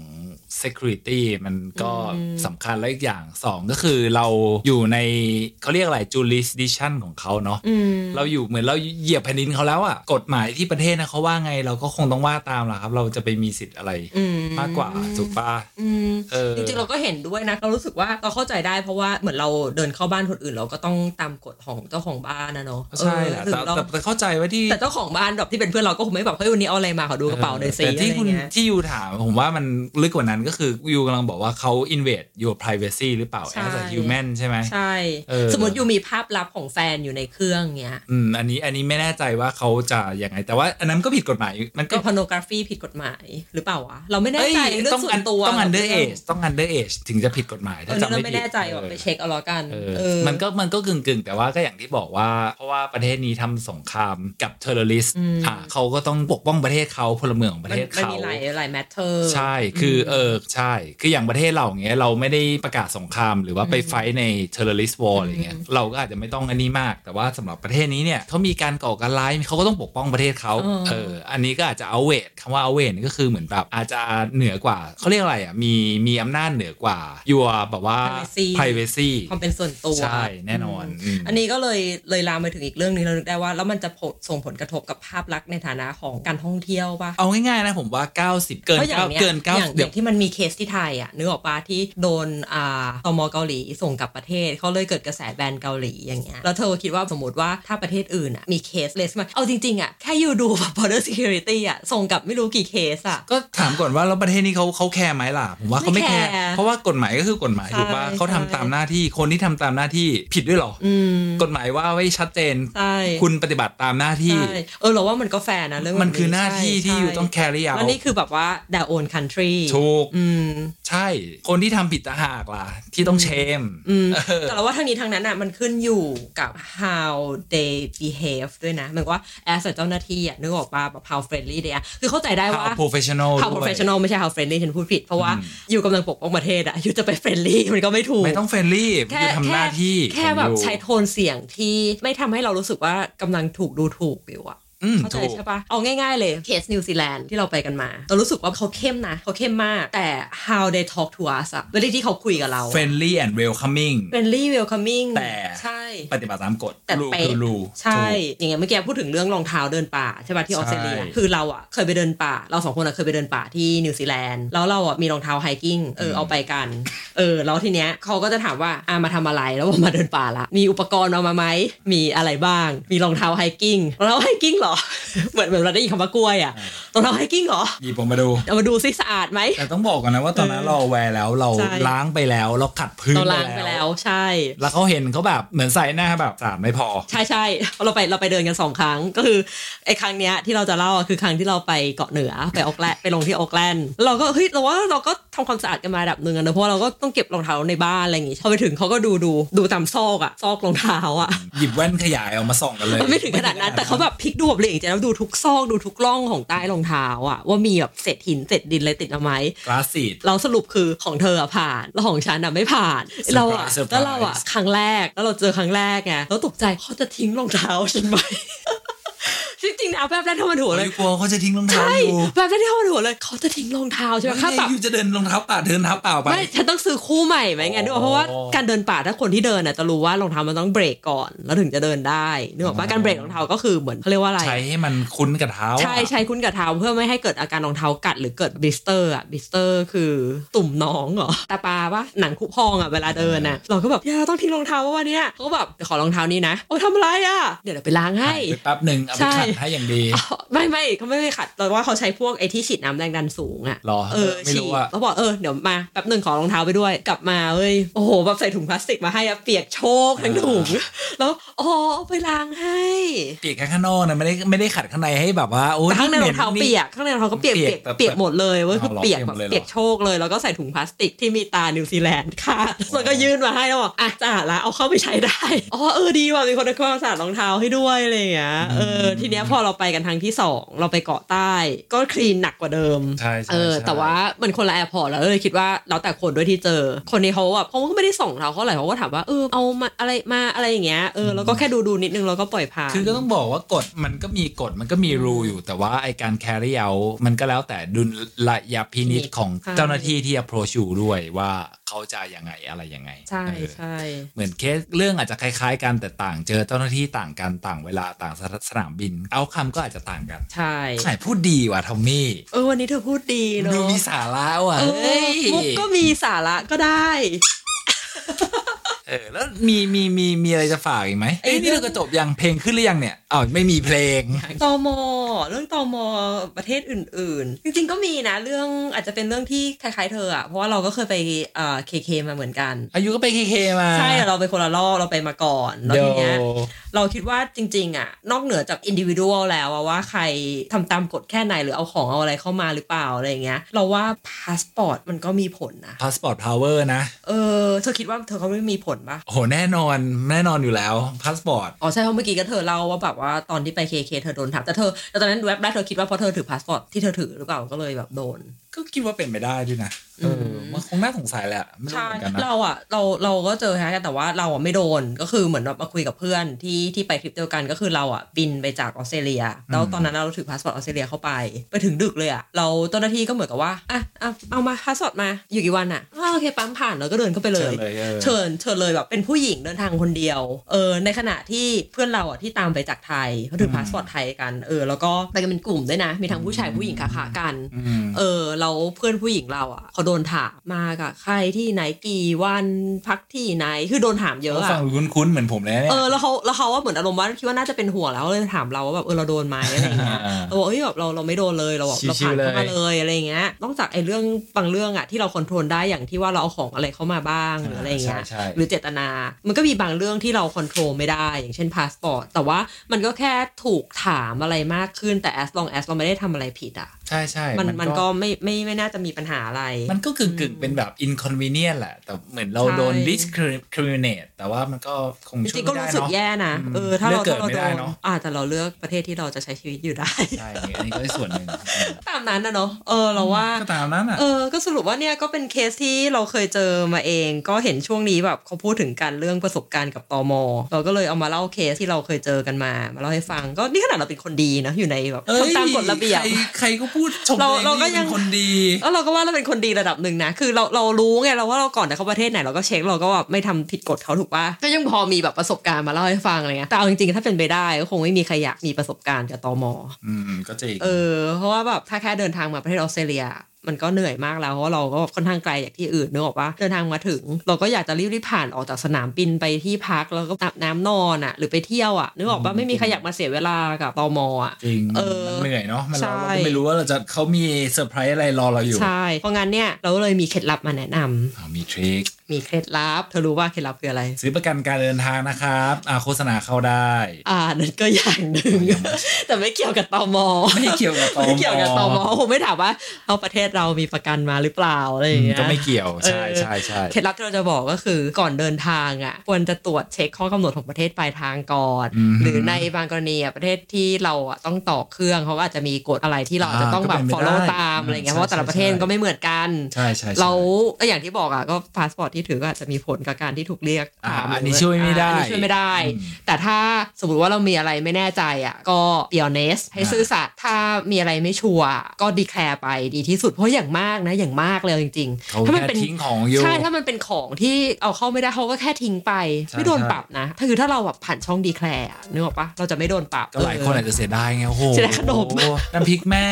Speaker 3: security มันก็สำคัญแล้วอีกอย่างสองก็คือเราอยู่ในเขาเรียกอะไร jurisdiction ของเขาเนาะเราอยู่เหมือนเราเหยียบแผ่นดินเขาแล้วอะ่ะกฎหมายที่ประเทศนะเขาว่าไงเราก็คงต้องว่าตามแหละครับ เราจะไปมีสิทธิ์อะไร
Speaker 2: อืม
Speaker 3: มากกว่าถูกปะ
Speaker 2: อืม
Speaker 3: เออ
Speaker 2: จริงๆเราก็เห็นด้วยนะ เรารู้สึกว่าเราเข้าใจได้เพราะว่าเหมือนเราเดินเข้าบ้านคนอื่น เราก็ต้องตามกฎของเจ้าของบ้านนะเนาะ
Speaker 3: ใช่แหละ
Speaker 2: เออถึ
Speaker 3: แต่
Speaker 2: งเรา
Speaker 3: แต่แต่เข้าใจว่าที่
Speaker 2: แต่เจ้าของบ้านแบบที่เป็นเพื่อนเราก็คงไม่แบบเฮ้ยวันนี้เอาอะไรมาขอดูกระเป๋าหน่อยสิ
Speaker 3: แต่ที่
Speaker 2: อะไร
Speaker 3: คุณ
Speaker 2: เงี้ย
Speaker 3: ที่ยูถามผมว่ามันลึกกว่านั้น นั้นก็คือยูกำลังบอกว่าเขา invade your privacy หรือเปล่า
Speaker 2: ใช่
Speaker 3: as a human ใช่ไหม
Speaker 2: ใช่
Speaker 3: เออ
Speaker 2: สมมติอยู่มีภาพลับของแฟนอยู่ในเครื่องเนี้ย
Speaker 3: อืมอันนี้อันนี้ไม่แน่ใจว่าเขาจะยังไง แต่ว่าอันนั้นก็ผิดกฎหมายมัน
Speaker 2: เป็
Speaker 3: ก็
Speaker 2: นพโนกราฟีผิดกฎหมายหรือเปล่าวะ เราไม่แน่ใจ
Speaker 3: เอ้ย
Speaker 2: เรื่อ
Speaker 3: ต้อง ง
Speaker 2: ส่ว
Speaker 3: อั
Speaker 2: น
Speaker 3: น
Speaker 2: ตัว
Speaker 3: ต้อง
Speaker 2: กับ
Speaker 3: under
Speaker 2: เรื่
Speaker 3: age ต้อง under age ถึงจะผิดกฎหมาย
Speaker 2: เอ
Speaker 3: ถ้า
Speaker 2: อ
Speaker 3: จำ
Speaker 2: เรา
Speaker 3: ไม่
Speaker 2: ไม่
Speaker 3: ผิด
Speaker 2: แน่ใจว่าไปเช็คเอาละกัน
Speaker 3: เออ
Speaker 2: เออ
Speaker 3: มันก็มันก็กึ่งกึ่งๆ แต่ว่าก็อย่างที่บอกว่า เพราะว่าประเทศนี้ทำสงครามกับเทอร์ r ริสต์
Speaker 2: อืม
Speaker 3: อ่ะเขาก็ต้องปกป้องประเทศเขาพลเมืองของประ
Speaker 2: มัน
Speaker 3: เทศ
Speaker 2: มัน
Speaker 3: เขาม
Speaker 2: มีหลายหลาย matter
Speaker 3: ใช่ คืออเออ ใช่ คืออย่างประเทศเราอย่างเงี้ย เราไม่ได้ประกาศสงคราม หรือว่าไปไฟท์ใน terrorist war อะไรเงี้ย เราก็อาจจะไม่ต้องอันนี้มาก แต่ว่าสำหรับประเทศนี้เนี่ยเขามีการก่อการร้ายเขาก็ต้องปกป้องประเทศเขา
Speaker 2: เออ
Speaker 3: เออ อันนี้ก็อาจจะเอาเวทคำว่าเอาเวทก็คือเหมือนแบบอาจจะเหนือกว่า เขาเรียกอะไรอ่ะ มี มีอำนาจเหนือกว่า ยัวแบบว่า
Speaker 2: Privacy
Speaker 3: privacy
Speaker 2: ความเป็นส่วนตัว
Speaker 3: ใช่ แน่นอนม
Speaker 2: อันนี้ก็เลยเลยลามไปถึงอีกเรื่องหนึงเรานึกได้ว่า แล้วมันจะผลส่งผลกระทบกับภาพลักษณ์ในฐานะของการท่องเที่ยวปะ
Speaker 3: เอาง่ายๆนะผมว่า 90 เกิน
Speaker 2: เพราะอย่าง
Speaker 3: เก้า
Speaker 2: เนี้ย
Speaker 3: เกิน
Speaker 2: อย่างอ
Speaker 3: 90เดี๋ย
Speaker 2: ย่าว งที่มันมีเคสที่ไทยอ่ะนึกออกปะที่โดนอ่าตมเกาหลีส่งกลับประเทศเขาเลยเกิดกระแสแบนเกาหลีอย่างเงี้ยแล้วเธอคิดว่าสมมติว่าถ้าประเทศอื่นอ่ะมีเคสเลสมาเอาจริงๆอ่ะแค่อยู่ดูแบบ border security อ่ะส่งกลับไม่รู้กี่เคสอ่ะ
Speaker 3: ก็ถามก่อนว่าแล้วประเทศนี้เขาเขาแคร์ไหมล่ะผมว่าเขาไม่
Speaker 2: ไม่
Speaker 3: แค
Speaker 2: แคร์
Speaker 3: ร์เพราะว่ากฎหมายก็คือกฎหมาย
Speaker 2: ใช่
Speaker 3: ถูกป่ะ
Speaker 2: ใช่
Speaker 3: เขาทำตามหน้าที่คนที่ทำตามหน้าที่ผิดด้วยเหรออ
Speaker 2: อืม
Speaker 3: กฎหมายว่าไว้ชัดเจน
Speaker 2: ใช่
Speaker 3: คุณปฏิบัติตามหน้าที่
Speaker 2: ใช่เออเราว่ามันก็แฟร์นะเรื่องแบบ
Speaker 3: มันคือหน้าที่
Speaker 2: ใช่
Speaker 3: ที่อยู่ต้อง
Speaker 2: ใช่
Speaker 3: carry out
Speaker 2: แล้วนี่คือแบบว่า their own country
Speaker 3: ถูก
Speaker 2: อืม
Speaker 3: ใช่ คนที่ทำผิดต่างหากล่ะ ที่ต้องเชม
Speaker 2: อืมแต่เราว่าทางนี้ทางนั้นอ่ะมันขึ้นอยู่กับ how they behave ด้วยนะหมายความว่า as a เจ้าหน้าที่อ่ะนึกออกป่ะแบบ how friendly they are คือเข้าใจได้
Speaker 3: How
Speaker 2: ว่า
Speaker 3: professional
Speaker 2: how
Speaker 3: ด้วย
Speaker 2: professional ไม่ใช่ how friendly ฉันพูดผิด เพราะว่าอยู่กำลังปกป้องประเทศอ่ะอยู่จะไป friendly มันก็ไม่ถูก
Speaker 3: ไม่ต้องเฟรนลี่
Speaker 2: แค่
Speaker 3: อยู่ทำหน้าที่
Speaker 2: แค่แบบ
Speaker 3: ของอยู่
Speaker 2: ใช้โทนเสียงที่ไม่ทำให้เรารู้สึกว่ากำลังถูกดูถูกอยู่อ่ะ
Speaker 3: อืม
Speaker 2: เข้าใจ
Speaker 3: ถูก
Speaker 2: ใช่ปะเอาง่ายๆเลยเคสนิวซีแลนด์ที่เราไปกันมา เรารู้สึกว่าเขาเข้มนะเขาเข้มมาก แต่ how they talk to us อะเวลาที่เขาคุยกับเรา
Speaker 3: friendly and welcoming
Speaker 2: เฟรนลี่เวลคัมมิ่ง
Speaker 3: แต่
Speaker 2: ใช่
Speaker 3: ปฏิบัติตามกฎ
Speaker 2: แต่
Speaker 3: รู
Speaker 2: เป๊ะ
Speaker 3: คือรู
Speaker 2: ใช่อ
Speaker 3: ถูก
Speaker 2: ย่างเงี้ยเมื่อกี้พูดถึงเรื่องรองเท้าเดินป่าใช่ป่ะที่ออสเตรเลีย
Speaker 3: ใช่
Speaker 2: คือเราอ่ะเคยไปเดินป่า เราสองคนอ่ะเคยไปเดินป่าที่นิวซีแลนด์แล้วเราอ่ะมีรองเท้าไฮกิ้งเออเอาไปกันเออแล้วทีเนี้ยเขาก็จะถามว่าอ่ะมาทำอะไรแล้วบอกมาเดินป่าละมีอุปกรณ์เอามาไหมมีอะไรบ้าง มีรองเท้าไฮกิ้งรองเท้าไฮกิ้งเหรอ เหมือนเหมือนเราได้ยินคำว่ากล้วยอ่ะรองเท้าไฮกิ้งเหรอ
Speaker 3: หยิบออกมาดู
Speaker 2: เอามาดูซิสะอาดไหม
Speaker 3: แต่ต้องบอกก่อนนะว่าตอนนั้น
Speaker 2: เออ
Speaker 3: เราแวร์แล้วเรา
Speaker 2: ใช่
Speaker 3: ล้างไปแล้วเราขัดพื้น
Speaker 2: เราล้างไปแล้วใช่
Speaker 3: แล้วเขาเห็นเขาแบบเหมือนใส่หน้าแบบสะอาดไม่พอ
Speaker 2: ใช่ใช่เราไปเราไปเดินกันสองครั้ง ก็คือไอ้ครั้งเนี้ยที่เราจะเล่าอะคือครั้งที่เราไปเกาะเหนือไปออกแลนไปลงที่ออกแลนด์เราก็เฮ้ยเราว่าเราก็ทำความสะอาดกันมาระดับหนึ่งอะเนอะเพราะว่าเราก็ต้องเก็บรองเท้าในบ้านอะไรอย่างงี้พอไปถึงเขาก็ดูดูดูตามซอกอะซอกรองเท้าอะ
Speaker 3: หยิบแว่นขยายออกมาส่องกันเลย
Speaker 2: มันไม่ถึงขนาดนั้น แต่เขาแบบพลิกดูแบบเลยอย่างจะแล้วดูทุกซอกดูทุกร่องของใต้รองเท้าอะว่ามีแบบเศษหินเศษดินอะไรติดเอาไหม
Speaker 3: กราสซีด
Speaker 2: เราสรุปคือของเธออะผ่าน แล้วของฉันอะไม่ผ่าน
Speaker 3: Surprise,
Speaker 2: เราอะแล้ว
Speaker 3: surprise
Speaker 2: เราอะครั้งแรกแล้วเราเจอครั้งแรกไงแล้วตกใจเขาจะทิ้งรองเท้าฉันไป จริงๆนะแป๊บแรกเท่ามันหัวเลย
Speaker 3: ไม่กลัวเขาจะทิ้งรองเท้า
Speaker 2: ใช่
Speaker 3: อยู่
Speaker 2: แป๊บแรกเท่ามันหัวเลยเขาจะทิ้งรองเท้าใช่ไหมค่าปรับ
Speaker 3: อยู่จะเดินรองเท้าเปล่าเดินเท้าเปล่าไป
Speaker 2: ไม่ฉันต้องซื้อคู่ใหม่ไหมไงนึกออกเพราะว่า
Speaker 3: อ๋อ
Speaker 2: การเดินป่าถ้าคนที่เดินน่ะจะรู้ว่ารองเท้ามันต้องเบรกก่อนแล้วถึงจะเดินได้นึกออกปะการเบรกรองเท้าก็คือเหมือนเขาเรียกว่าอะไร
Speaker 3: ใช้ให้มันคุ้นกับเท้าอะ
Speaker 2: ใช่ใช่คุ้นกับเท้าเพื่อไม่ให้เกิดอาการรองเท้ากัดหรือเกิดบิสเตอร์อ่ะบิสเตอร์คือตุ่มหน้องเหรอตาปลาปะหนังคุพองอ่ะเวลาเดินอ่ะเราก็แบบอย่าต้องทิ้งรองเท้าว่าวันเนี้ยเขาก็แบบเดี๋ยวขอรองเท้านี้นะโอ้ทำอะไรอ่ะเดี๋ยวเดี๋ยวไปล้างให้
Speaker 3: หายไปแป๊บหนึ่งเอาไป
Speaker 2: ใช่
Speaker 3: ขัดให้อย่างดี
Speaker 2: อ๋อไม่ไม่เขาไม่ได้ขัดแต่ว่าเขาใช้พวกไอ้ที่ฉีดน้ำแรงดันสูงอ่ะ
Speaker 3: รอ
Speaker 2: เออ
Speaker 3: ไม่
Speaker 2: ฉีด
Speaker 3: รู้ว่า
Speaker 2: แล้วบอกเออเดี๋ยวมาแป๊บหนึ่งขอรองเท้าไปด้วยกลับมาเอ้ยโอ้โหแบบใส่ถุงพลาสติกมาให้อะเปียกโชกทั้งถุงแล้วอ๋อเอาไปล้างให้
Speaker 3: เปียกแค่ข้างนอกนะไม่ได้ไม่ได้ขัดข้างในให้แบบว่าโอ้ย
Speaker 2: แต่ข้างในรองเท้าเปียกข้างในรองเท้าก็เปียก
Speaker 3: เปี
Speaker 2: เปี
Speaker 3: ย
Speaker 2: ย
Speaker 3: ก
Speaker 2: ก
Speaker 3: แต่
Speaker 2: เปียกหมดเลยเว้ย
Speaker 3: เอา
Speaker 2: คือ
Speaker 3: เหรอ
Speaker 2: เปียกแบ
Speaker 3: เปียกหม
Speaker 2: บ
Speaker 3: ดเลยเหรอ
Speaker 2: เปียกโชกเลย แล้วก็ใส่ถุงพลาสติกที่มีตานิวซีแลนด์ค่ะแล้วก็ยื่นมาให้แล้วบอกอ่ะสะอาดละเอาเข้าไปใช้ได้ อ๋อเออดีว่ะมีคนทำความสะอาดรองเท้าให้ด้วยอะไรอย่างเงี้ยเออทีเนี้ยพอเราไปกันทางที่สองเราไปเกาะใต้ ก็คลีนหนักกว่าเดิม
Speaker 3: ใช่ใช่
Speaker 2: เออ
Speaker 3: ใช่
Speaker 2: แต่ว่ามันคนละแอร์พอร์ตแล้วเลยคิดว่าแล้วแต่คนด้วยที่เจอ คนนี้เขาแบบเขาก็ไม่ได้ส่องเราเขาอะไหรเขาก็ถามว่าเออเอามาอะไรมาอะไรอย่างเงี้ยเออแล้วก็แค่ดูดูนิดนึงแล้วก็ปล่อยผ่าน
Speaker 3: คือก็ต้องบอกว่ากฎมันก็มีกฎมันก็มีรูอยู่ แต่ว่าไอการ carry out มันก็แล้วแต่ดุลยพินิจของ
Speaker 2: ใช่
Speaker 3: เจ้าหน้าที่ที่ approach อยู่ด้วยว่าเขาจะยังไงอะไรยังไง
Speaker 2: ใช่
Speaker 3: เออ
Speaker 2: ใช่
Speaker 3: เหมือนเคสเรื่องอาจจะคล้าย ๆ กันแต่ต่างเจอเจ้าหน้าที่ต่างกันต่างเวลาต่างสนามบิน เอาคำก็อาจจะต่างกัน
Speaker 2: ใช่
Speaker 3: ไหนพูดดีว่ะทอมมี่
Speaker 2: เออวันนี้เธอพูดดีเน
Speaker 3: ดู
Speaker 2: อะ
Speaker 3: มีสาระว่ะ
Speaker 2: เอ
Speaker 3: เฮ้
Speaker 2: อย มุกก็มีสาระก็ได้
Speaker 3: เออแล้วมีมีมีมีอะไรจะฝากอีกไหมเอ้ยนี่เราก็จบยังเพลงขึ้นหรือยังเนี่ยอ้าวไม่มีเพล ง
Speaker 2: ตมเรื่องตมประเทศอื่น ๆ จริง ๆ ก็มีนะ เรื่องอาจจะเป็นเรื่องที่คล้าย ๆ เธออะเพราะว่าเราก็เคยไปเอ่อเคเคมาเหมือนกัน
Speaker 3: อายุก็ไปเคเคมา
Speaker 2: ใช่เราไปคนละรอบเราไปมาก่อนแล้ว
Speaker 3: เดี๋ยว
Speaker 2: ทีเนี้ย เราคิดว่าจริง ๆ อ่ะ นอกเหนือจากอินดิวิ u a ลแล้วอะว่าใครทำตามกฎแค่ไหนหรือเอาของเอาอะไรเข้ามาหรือเปล่าอะไรอย่างเงี้ย เราว่าพาสปอร์ตมันก็มีผลนะ
Speaker 3: พาสปอร์ตพาวเวอร์นะ
Speaker 2: เออเธอคิดว่าเธอเขาไม่มีผลปะ
Speaker 3: โอ้โหแน่นอนแน่นอนอยู่แล้วพาสปอร์ต
Speaker 2: อ๋อใช่เพราะเมื่อกี้ก็เธอเล่าว่าแบบว่าตอนที่ไปเคเคเธอโดนถามแต่เธอแต่ตอนนั้นแว็บแรกเธอคิดว่าเพราะเธอถือพาสปอร์ตที่เธอถือหรือเปล่าก็เลยแบบโดน
Speaker 3: ก็คิดว่าเป็นไปได้ด้วยนะเอออ
Speaker 2: ม
Speaker 3: มันคงน่าสงสัยแหละไม่รู้
Speaker 2: ใช่
Speaker 3: เหมือนกันนะ
Speaker 2: เราอ่ะเราเราก็เจอแฮะกันแต่ว่าเราอ่ะไม่โดนก็คือเหมือนแบบมาคุยกับเพื่อนที่ที่ไปทริปเดียวกันก็คือเราอ่ะบินไปจากออสเตรเลียแล้ว
Speaker 3: อืม
Speaker 2: ตอนนั้นเราถือพาสปอร์ตออสเตรเลียเข้าไป ไปถึงดึกเลยอ่ะเราเจ้าหน้าที่ก็เหมือนกับว่าอ่ะอ่ะเอามาพาสปอร์ตมาอยู่กี่วันอ่ะอ้าวโอเคปั๊มผ่านแล้วก็เดินเข้าไปเลย
Speaker 3: เชิญเลยเออ
Speaker 2: เชิญเชิญเลยแบบเป็นผู้หญิงเดินทางคนเดียว เออในขณะที่เพื่อนเราอ่ะที่ตามไปจากไทยเขาถืออ
Speaker 3: ม
Speaker 2: พาสปอร์ตไทยกันเออแล้วก็ไปกันเป็นกลุ่มด้วยนะ มีทั้งผู้ชายผู้หญิงขาขากัน
Speaker 3: อืม
Speaker 2: เออเราเพื่อนผู้หญิงเราอ่ะเขาโดนถามมากับใครที่ไหนกี่วันพักที่ไหนคือโดนถามเยอะ
Speaker 3: ฟัง
Speaker 2: อ่ะ
Speaker 3: ดูคุ้นๆเหมือนผมเลยนะเนี่ย
Speaker 2: เออแล้วเขาแล้วเขาว่าเหมือนอารมณ์ว่าคิดว่าน่าจะเป็นห่วงแล้วเลยถามเราว่าแบบเออเราโดนไหมอะไรอย่างเงี้ย
Speaker 3: อ่า
Speaker 2: เราบอกเอ้ยแบบเราเราไม่โดนเลยเราแบบเรา
Speaker 3: ชิ
Speaker 2: ผ่า
Speaker 3: วนๆเลย
Speaker 2: เข้ามาเลยอะไรอย่างเงี้ยนอกจากไอ้เรื่องบางเรื่องอ่ะที่เราคอนโทรลได้อย่างที่ว่าเราเอาของอะไรเข้ามาบ้างหรืออะไรอย่างเงี้ย
Speaker 3: ใช่
Speaker 2: หรือเจตนา มันก็มีบางเรื่องที่เราคอนโทรลไม่ได้ อย่างเช่นพาสปอร์ต แต่ว่ามันก็แค่ถูกถามอะไรมากขึ้น แต่ as long as เราไม่ได้ทำอะไรผิดอ่ะ
Speaker 3: ใช่ใช่
Speaker 2: มันมันก็ไม่ไม่ไม่น่าจะมีปัญหาอะไร
Speaker 3: มันก็กึ่งกึ่งๆเป็นแบบ inconvenient แหละ แต่เหมือนเรา
Speaker 2: ใช่
Speaker 3: โดน discriminate แต่ว่ามันก็คง
Speaker 2: จ
Speaker 3: ช่ว
Speaker 2: ริ
Speaker 3: ย
Speaker 2: งๆก็
Speaker 3: ไม่ได้
Speaker 2: รู้สึก
Speaker 3: เนาะ
Speaker 2: แย่นะ
Speaker 3: อืม
Speaker 2: เออ ถ้าเรา
Speaker 3: เลือก
Speaker 2: ถ้า
Speaker 3: เกิด
Speaker 2: เรา
Speaker 3: ไม่
Speaker 2: โด
Speaker 3: ได้
Speaker 2: น
Speaker 3: เนอะ
Speaker 2: อาแต่เราเลือกประเทศที่เราจะใช้ชีวิตอยู่ได้
Speaker 3: ใช่อันนี้ก็ส่วนหนึ่ง
Speaker 2: ตามนั้นนะเนาะ เออ เราว่า
Speaker 3: ก็ตามนั้นอ่ะ
Speaker 2: เออ ก็สรุปว่าเนี่ยก็เป็นเคสที่เราเคยเจอมาเอง ก็เห็นช่วงนี้แบบเขาพูดถึงกันเรื่องประสบการณ์กับตมเราก็เลยเอามาเล่าเคสที่เราเคยเจอกันมา มาเล่าให้ฟัง ก็นี่ขนาดเราเป็นคนดีนะ อยู่ในแบบ
Speaker 3: เอ้ย
Speaker 2: ทำตามกฎระเบียบ
Speaker 3: ใคใครก็พูดชม
Speaker 2: เรา
Speaker 3: ตัว
Speaker 2: เรา
Speaker 3: เอง
Speaker 2: ก็
Speaker 3: นี่
Speaker 2: ยัง
Speaker 3: เป็นคนดี
Speaker 2: แล้วเราก็ว่าเราเป็นคนดีระดับหนึ่งนะ คือเราเรารู้ไงเราว่าเราก่อนจะเข้าประเทศไหนเราก็เช็คเราก็แบบไม่ทำผิดกฎเขาถูกป่ะ ก็ยังพอมีแบบประสบการณ์มาเล่าให้ฟังอะไรเงี้ย แต่เอาจริงๆถ้าเป็นไปได้ก็คงไม่มีใครอยากมีประสบการณ์กับตม
Speaker 3: อืม ก็จริง
Speaker 2: เออ เพราะว่าแบบถ้าแค่เดินทางมาประเทศออสเตรเลีย มันก็เหนื่อยมากแล้ว เพราะว่าเราก็แบบค่อนข้างไกลจากที่อื่นนึกออกปะเดินทางมาถึง เราก็อยากจะรีบๆผ่านออกจากสนามบินไปที่พักแล้วก็อาบน้ำนอนอ่ะ หรือไปเที่ยวอ่ะนึกออกปะไม่มีใครอยากมาเสียเวลากับตมอ่ะ
Speaker 3: จริง
Speaker 2: เออ
Speaker 3: มันเหนื่อยเนาะมัน
Speaker 2: ใช่
Speaker 3: เราเราก็ไม่รู้ว่าเราจะเขามีเซอร์ไพรส์อะไรรอเราอยู่
Speaker 2: ใช่เพราะงั้นเนี่ยเราก็เลยมีเคล็ดลับมาแนะนำ
Speaker 3: อ้าวมีทริค
Speaker 2: มีเคล็ดลับ เธอรู้ว่าเคล็ดลับคืออะไร
Speaker 3: ซื้อประกันการเดินทางนะครับอ่าโฆษณาเข้าได้
Speaker 2: อ่านั่นก็อย่างหนึ่ง แต่ไม่เกี่ยวกับตม
Speaker 3: ไม่เกี่ยวกับ ตม
Speaker 2: ไม่เกี่ยวกับตมผมไม่ถามว่าเอาประเทศเรามีประกันมาหรือเปล่าอะไรอย่างเงี้ย
Speaker 3: ก็ไม่เกี่ยวใช่
Speaker 2: เออ
Speaker 3: ใช่ใช่
Speaker 2: เคล็ดลับที่เราจะบอกก็คือก่อนเดินทางอ่ะควรจะตรวจเช็คข้อกำหนดของประเทศปลายทางก่อน หรือในบางกรณีอ่ะประเทศที่เราอ่ะต้องต่อเครื่องเขาก็อาจจะมีกฎอะไรที่เราอาจจะต้องแบบ follow ตามอะไรอย่างเงี้ยเพราะว่าแต่ละประเทศก็ไม่เหมือนกัน
Speaker 3: ใช่ใช่ใช่
Speaker 2: เราก็อย่างที่บอกอ่ะก็พาสปอร์ตที่ถือก็อาจจะมีผลกับการที่ถูกเรียก
Speaker 3: อ่า
Speaker 2: ถาม
Speaker 3: อันนี้ช่วยไม่ได้
Speaker 2: อ่าอันนี้ช่วยไม่ได้ แต่ถ้าสมมติว่าเรามีอะไรไม่แน่ใจอ่ะ ก็เปียเนสให้
Speaker 3: อ่า
Speaker 2: ซื่อสัตย์ถ้ามีอะไรไม่ชัวร์ก็ดีแคลร์ไปดีที่สุดเพราะอย่างมากนะอย่างมากเลยจริง
Speaker 3: เขา
Speaker 2: ๆถ้ามั
Speaker 3: แค่
Speaker 2: เป็น
Speaker 3: ทิ้งของอยู่
Speaker 2: ใช่ถ้ามันเป็นของที่เอาเข้าไม่ได้เขาก็แค่ทิ้งไป
Speaker 3: ใช่
Speaker 2: ไม่โดน
Speaker 3: ใช่
Speaker 2: ปรับนะถ้าคือถ้าเราแบบผ่านช่องดีแคลร์อะนึกออกปะเราจะไม่โดนปรับ
Speaker 3: ก็หลายคนอาจ
Speaker 2: เอ
Speaker 3: จะเสียดายไงโอ้โห
Speaker 2: เสียดายขนม
Speaker 3: น้ำพริกแม่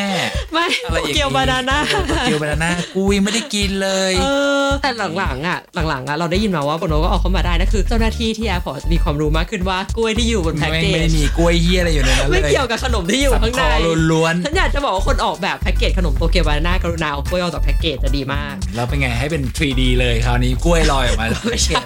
Speaker 2: อไม่
Speaker 3: อะไรอย่างนี้
Speaker 2: เกี่ยวบานาน่า
Speaker 3: เกี๊ยวบานาน่ากูยังไม่ได้กินเลย
Speaker 2: เออแต่หลังๆอ่ะหลังๆอ่ะเราได้ยินมาว่าโปโนก็เอาเข้ามาได้นะคือเจ้าหน้าที่ที่แอร์พอร์ตมีความรู้มากขึ้นว่ากล้วยที่อยู่บนแพ็ก
Speaker 3: ไม่
Speaker 2: เก
Speaker 3: ไม่
Speaker 2: จ
Speaker 3: ได้มีกล้วยเฮียอะไรอยู่ในนั้นเลย
Speaker 2: ไม่เกี่ยวกับขนมที่อยู่ข้างใน
Speaker 3: สับคอล้วน
Speaker 2: ฉันอยากจะบอกว่าคนออกแบบแพ็กเกจขนมโตเกียวบานาน่ากรุณาเอากล้วยออกจากแพ็กเกจจะดีมาก
Speaker 3: ๆแล้วเป็นไงให้เป็น 3D เลยคราวนี้กล้วยลอยออกมา
Speaker 2: ไม่ใช่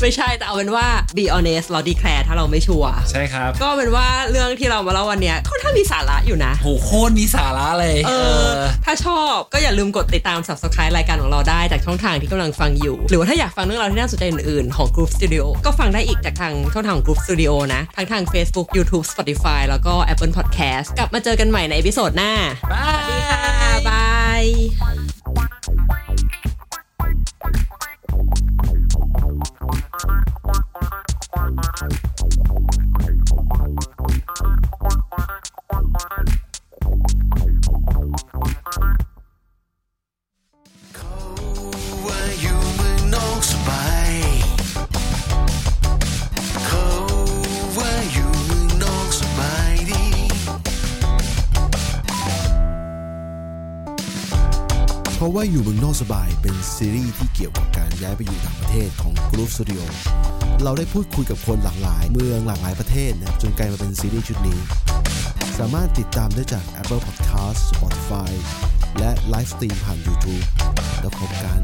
Speaker 2: ไม่ใช่แต่เอาเป็นว่า be honest เราดีแคลร์ถ้าเราไม่ชัวร์
Speaker 3: ใช่ครับ
Speaker 2: ก็เป็นว่าเรื่องที่เรามาเล่าวันเนี้ยค่อนข้างมีสาระอยู่นะ
Speaker 3: โหโคตรมีสาระเลย
Speaker 2: เออ ถ้าชอบก็อย่าลืมกดติดตาม subscribe รายการของเราได้จากช่องทางที่กำลังฟังอยู่ หรือว่าถ้าอยากฟังเรื่องราวที่น่าสนใจอื่นๆ ของ Group Studio ก็ฟังได้อีกจากทางช่องทางของ Group Studio นะ ทั้งทาง Facebook YouTube Spotify แล้วก็ Apple Podcast กลับมาเจอกันใหม่ในเอพิโซดหน้า
Speaker 3: บา
Speaker 2: สวัสดีค่ะ
Speaker 3: ย
Speaker 2: บาย
Speaker 4: ว่าอยู่เมืองนอกสบายเขาว่าอยู่เมืองนอกสบายดี
Speaker 5: ผม
Speaker 4: ะว่าอยู่เมืองนอกสบายเป็นซีรีส์ที่เกี่ยวกับการย้ายไปอยู่ต่างประเทศของ Group Studio เราได้พูดคุยกับคนหลากหลาย เมืองหลากหลายประเทศนะครับจนกลายมาเป็นซีรีส์ชุดนี้ สามารถติดตามได้จาก Apple Podcast Spotify และไลฟ์สตรีมผ่าน YouTube แล้วพบกัน